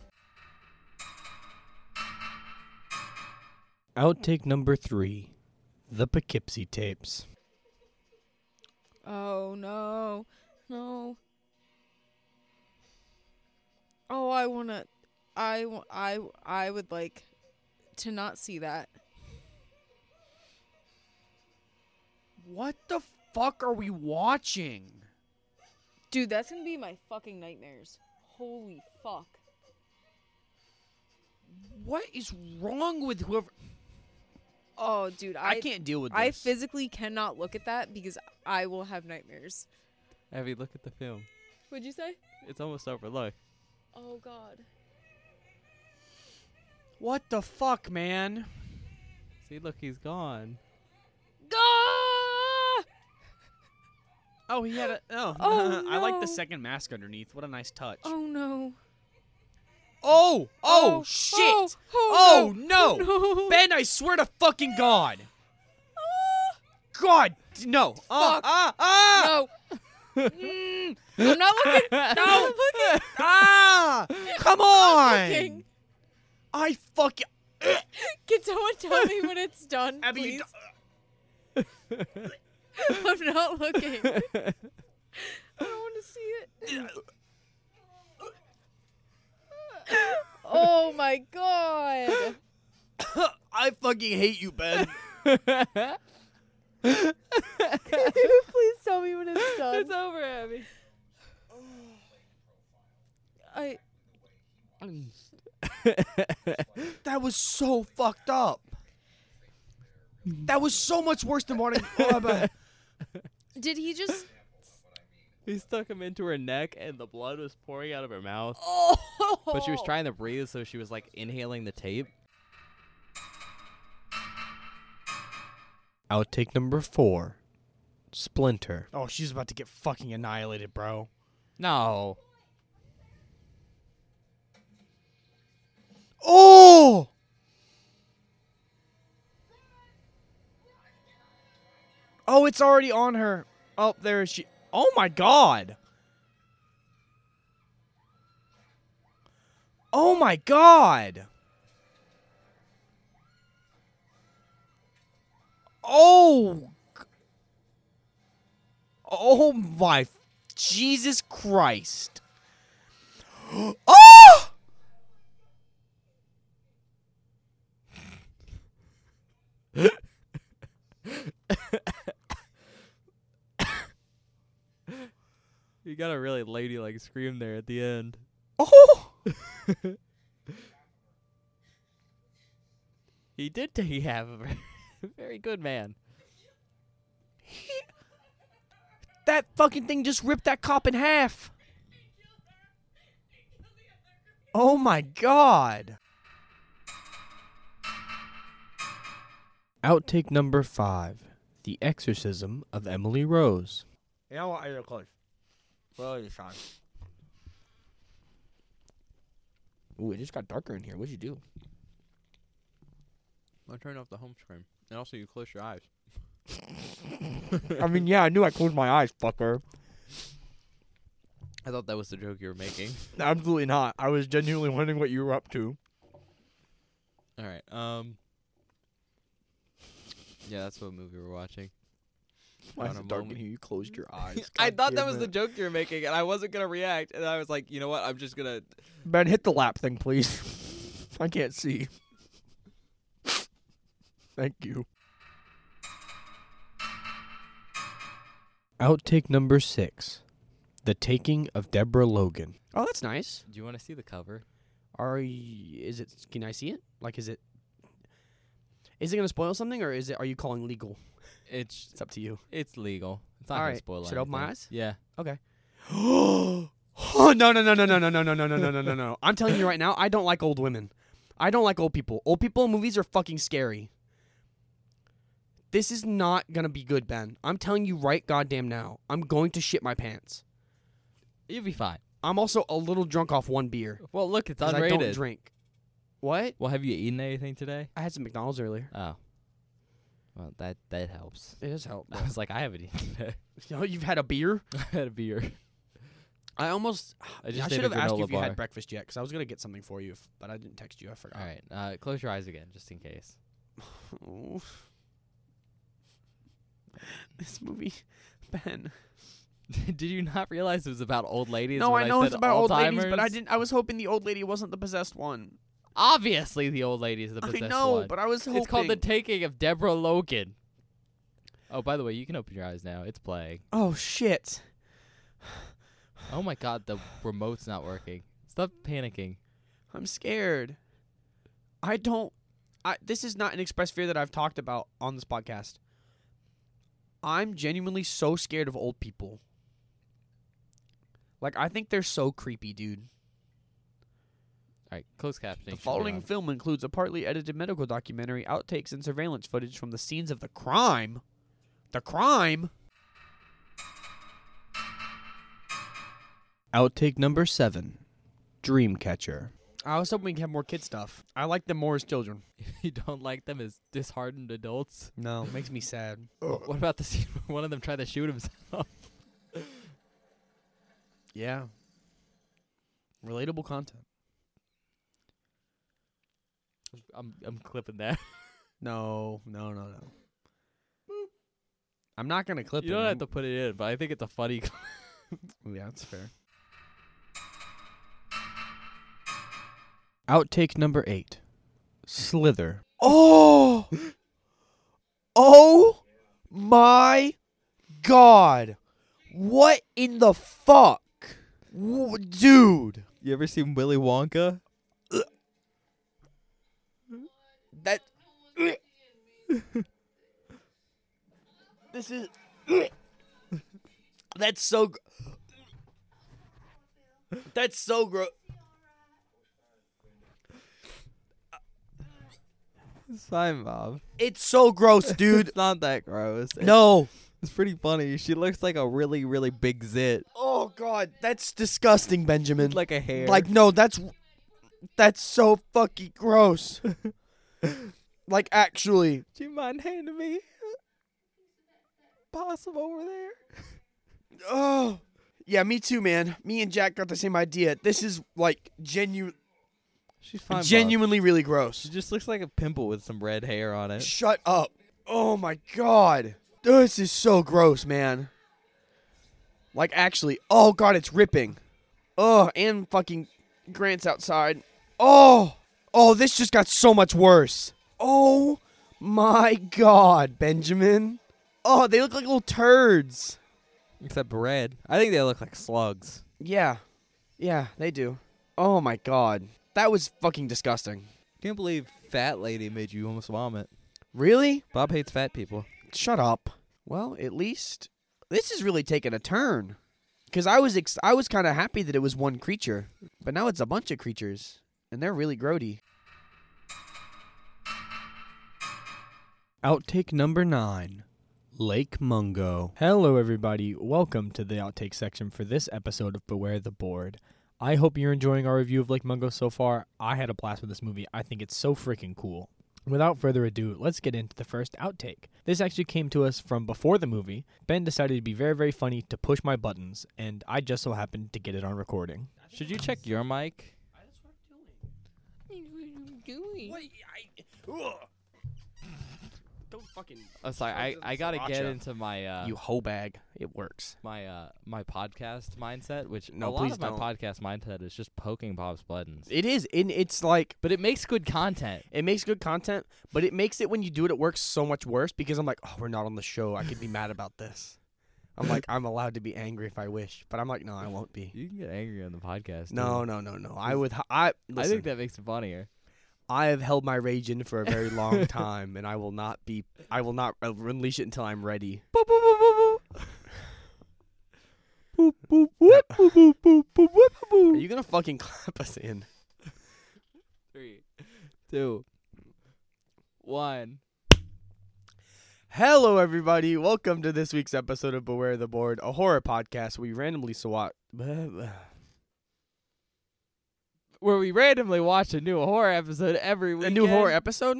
Speaker 1: Outtake number three, the Poughkeepsie tapes.
Speaker 4: Oh no, no. Oh, I wanna, I, wa- I, I would like to not see that.
Speaker 1: What the fuck are we watching?
Speaker 4: Dude, that's gonna be my fucking nightmares. Holy fuck.
Speaker 1: What is wrong with whoever?
Speaker 4: Oh, dude, I,
Speaker 1: I, can't deal with this.
Speaker 4: I physically cannot look at that because I will have nightmares.
Speaker 2: Abby, look at the film.
Speaker 4: Would you say?
Speaker 2: It's almost over. Look.
Speaker 4: Oh God.
Speaker 1: what the fuck, man?
Speaker 2: See, look, he's gone.
Speaker 4: Ah!
Speaker 1: Oh, he had a. Oh,
Speaker 4: Oh,
Speaker 1: I like
Speaker 4: no.
Speaker 1: the second mask underneath. What a nice touch.
Speaker 4: Oh no.
Speaker 1: Oh, oh, shit.
Speaker 4: Oh,
Speaker 1: Oh,
Speaker 4: oh,
Speaker 1: no.
Speaker 4: no.
Speaker 1: Ben, I swear to fucking God. God, no. Ah,
Speaker 4: Fuck.
Speaker 1: ah, ah.
Speaker 4: No. Mm, I'm not looking. No. I'm looking.
Speaker 1: Ah. Come on.
Speaker 4: looking.
Speaker 1: I fucking.
Speaker 4: Can someone tell me when it's done,
Speaker 1: Abby, you
Speaker 4: please?
Speaker 1: d-
Speaker 4: I'm not looking. I don't want to see it. oh my god.
Speaker 1: I fucking hate you, Ben.
Speaker 4: please tell me when it's done?
Speaker 2: It's over, Abby.
Speaker 4: I
Speaker 1: that was so fucked up. That was so much worse than wanting. Oh, but-
Speaker 4: did he just
Speaker 2: he stuck him into her neck, and the blood was pouring out of her mouth.
Speaker 4: Oh
Speaker 2: But she was trying to breathe, so she was like inhaling the tape.
Speaker 1: Outtake number four Splinter. Oh, she's about to get fucking annihilated, bro.
Speaker 2: No.
Speaker 1: Oh! Oh, it's already on her. Oh, there she. Oh my god. Oh my god. Oh. g- Oh my f- Jesus Christ. Oh!
Speaker 2: You got a really ladylike scream there at the end.
Speaker 1: Oh!
Speaker 2: He did take half of her. Very good man.
Speaker 1: That fucking thing just ripped that cop in half. Oh my god. Outtake number five The Exorcism of Emily Rose. You know what? I close. Well, you fine. Ooh, it just got darker in here. What'd you do?
Speaker 2: I turned off the home screen, and also you close your eyes.
Speaker 1: I mean, yeah, I knew I closed my eyes, fucker.
Speaker 2: I thought that was the joke you were making.
Speaker 1: Absolutely not. I was genuinely wondering what you were up to.
Speaker 2: All right. Um. Yeah, that's what movie we're watching.
Speaker 1: Why
Speaker 2: On
Speaker 1: is
Speaker 2: a
Speaker 1: it dark in
Speaker 2: moment.
Speaker 1: here? You closed your eyes.
Speaker 2: I
Speaker 1: God
Speaker 2: thought that
Speaker 1: damn
Speaker 2: was
Speaker 1: it.
Speaker 2: the joke you were making, and I wasn't gonna react. And I was like, you know what? I'm just gonna.
Speaker 1: Ben, hit the lap thing, please. I can't see. Thank you. Outtake number six The Taking of Deborah Logan. Oh, that's nice.
Speaker 2: Do you want to see the cover?
Speaker 1: Are y- is it? Can I see it? Like, is it? Is it gonna spoil something, or is it? Are you calling legal?
Speaker 2: It's
Speaker 1: It's up to you.
Speaker 2: it's legal. It's not
Speaker 1: All
Speaker 2: gonna
Speaker 1: right,
Speaker 2: spoil
Speaker 1: should I open my
Speaker 2: anything.
Speaker 1: eyes?
Speaker 2: Yeah.
Speaker 1: oh no no no no no no no no no no no no no no! I'm telling you right now, I don't like old women. I don't like old people. Old people in movies are fucking scary. This is not gonna be good, Ben. I'm telling you right goddamn now. I'm going to shit my pants.
Speaker 2: You'll be fine.
Speaker 3: I'm also a little drunk off one beer.
Speaker 1: Well, look, it's
Speaker 3: 'cause I don't
Speaker 1: unrated.
Speaker 3: drink. What?
Speaker 1: Well, have you eaten anything today?
Speaker 3: I had some McDonald's earlier.
Speaker 1: Oh. Well, that that helps.
Speaker 3: It does help.
Speaker 2: I was like, I haven't eaten today.
Speaker 3: you know, you've had a beer.
Speaker 1: I had a beer.
Speaker 3: I almost.
Speaker 1: I just
Speaker 3: I
Speaker 1: ate
Speaker 3: should
Speaker 1: a
Speaker 3: have asked you
Speaker 1: granola
Speaker 3: if you
Speaker 1: bar.
Speaker 3: had breakfast yet, because I was gonna get something for you, if, but I didn't text you. I forgot.
Speaker 2: All right, uh, close your eyes again, just in case.
Speaker 3: Oh. This movie, Ben.
Speaker 2: Did you not realize it was about old ladies?
Speaker 3: No,
Speaker 2: when
Speaker 3: I know it's
Speaker 2: said
Speaker 3: about old ladies, but I
Speaker 2: Alzheimer's?
Speaker 3: didn't. I was hoping the old lady wasn't the possessed one.
Speaker 2: Obviously, the old lady is the possessed
Speaker 3: I know,
Speaker 2: one.
Speaker 3: but I was hoping.
Speaker 2: it's called the taking of Deborah Logan. Oh, by the way, you can open your eyes now. It's playing.
Speaker 3: oh shit!
Speaker 2: Oh my God, the remote's not working. Stop panicking.
Speaker 3: I'm scared. I don't. I, this is not an express fear that I've talked about on this podcast. I'm genuinely so scared of old people. Like I think they're so creepy, dude.
Speaker 2: All right, closed captioning.
Speaker 3: The
Speaker 2: should be
Speaker 3: following
Speaker 2: on.
Speaker 3: film includes a partly edited medical documentary, outtakes, and surveillance footage from the scenes of the crime. The crime? Outtake number seven Dreamcatcher. I was hoping we could have more kid stuff. I like them more as children.
Speaker 2: If you don't like them as disheartened adults.
Speaker 3: No, makes me sad.
Speaker 2: What about the scene where one of them tried to shoot himself?
Speaker 3: Yeah. Relatable content.
Speaker 2: I'm I'm clipping that.
Speaker 3: No, no, no, no. I'm not gonna clip
Speaker 2: You
Speaker 3: it.
Speaker 2: don't
Speaker 3: I'm-
Speaker 2: have to put it in, but I think it's a funny. clip.
Speaker 3: Yeah, that's fair. Outtake number eight Slither. Oh! Oh my god! What in the fuck? W- dude!
Speaker 1: You ever seen Willy Wonka?
Speaker 3: That. this is. That's so. Gr- That's so gross.
Speaker 1: Sign Bob.
Speaker 3: It's so gross, dude.
Speaker 1: It's not that gross. It-
Speaker 3: no.
Speaker 1: It's pretty funny. She looks like a really, really big zit.
Speaker 3: Oh god, that's disgusting, Benjamin.
Speaker 1: Like
Speaker 3: Like,
Speaker 1: a hair.
Speaker 3: no, that's that's so fucking gross. like actually,
Speaker 1: do you mind handing me possum over there?
Speaker 3: oh yeah, me too, man. Me and Jack got the same idea. This is like genu-
Speaker 1: She's fine. Bob.
Speaker 3: genuinely really
Speaker 1: She
Speaker 3: gross.
Speaker 1: just looks like a pimple with some red hair on it.
Speaker 3: Shut up. Oh my god, this is so gross, man. Like actually, oh god, it's ripping. Oh, and fucking Grant's outside. Oh, oh, this just got so much worse. Oh my God, Benjamin. Oh, they look like little turds.
Speaker 1: Except red. I think they look like slugs.
Speaker 3: Yeah, yeah, they do. Oh my God, that was fucking disgusting.
Speaker 1: Can't believe fat lady made you almost vomit.
Speaker 3: Really?
Speaker 1: Bob hates fat people.
Speaker 3: Shut up. Well, at least this is really taking a turn. Cause I was ex- I was kind of happy that it was one creature, but now it's a bunch of creatures, and they're really grody. Outtake number nine. Lake Mungo. Hello, everybody. Welcome to the outtake section for this episode of Beware the Board. I hope you're enjoying our review of Lake Mungo so far. I had a blast with this movie. I think it's so freaking cool. Without further ado, let's get into the first outtake. This actually came to us from before the movie. Ben decided to be very, very funny to push my buttons, and I just so happened to get it on recording.
Speaker 2: Should you check your mic?
Speaker 3: Don't fucking
Speaker 2: Oh, sorry. I, I gotta get
Speaker 3: Sriracha.
Speaker 2: into my uh,
Speaker 3: you hoe bag. It works.
Speaker 2: my uh, my podcast mindset, which a
Speaker 3: No,
Speaker 2: lot
Speaker 3: please
Speaker 2: of
Speaker 3: don't.
Speaker 2: my podcast mindset is just poking Bob's buttons.
Speaker 3: It is, and it's like
Speaker 2: but it makes good content.
Speaker 3: it makes good content, but it makes it when you do it, it works so much worse because I'm like, oh, we're not on the show. I could be mad about this. I'm like, I'm allowed to be angry if I wish, but I'm like, no, I won't be.
Speaker 2: You can get angry on the podcast.
Speaker 3: No,
Speaker 2: too.
Speaker 3: no, no, no. I would. I listen,
Speaker 2: I think that makes it funnier.
Speaker 3: I have held my rage in for a very long time, and I will not be. I will not uh, unleash it until I'm ready.
Speaker 1: Boop, boop, boop, boop, boop. Boop, boop, boop, boop, boop, boop, boop, boop,
Speaker 3: Are
Speaker 1: boop.
Speaker 3: you gonna fucking clap us in?
Speaker 2: Three, two, one.
Speaker 3: Hello, everybody. Welcome to this week's episode of Beware the Board, a horror podcast. where We randomly swat.
Speaker 2: where we randomly watch a new horror episode every week.
Speaker 3: A new horror episode?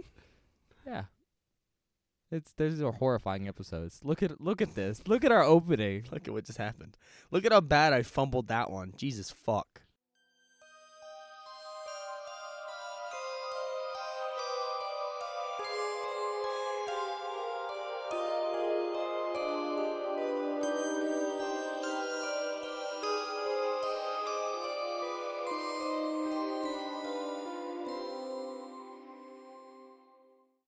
Speaker 2: Yeah. It's there's are horrifying episodes. Look at look at this. Look at our opening.
Speaker 3: Look at what just happened. Look at how bad I fumbled that one. Jesus fuck.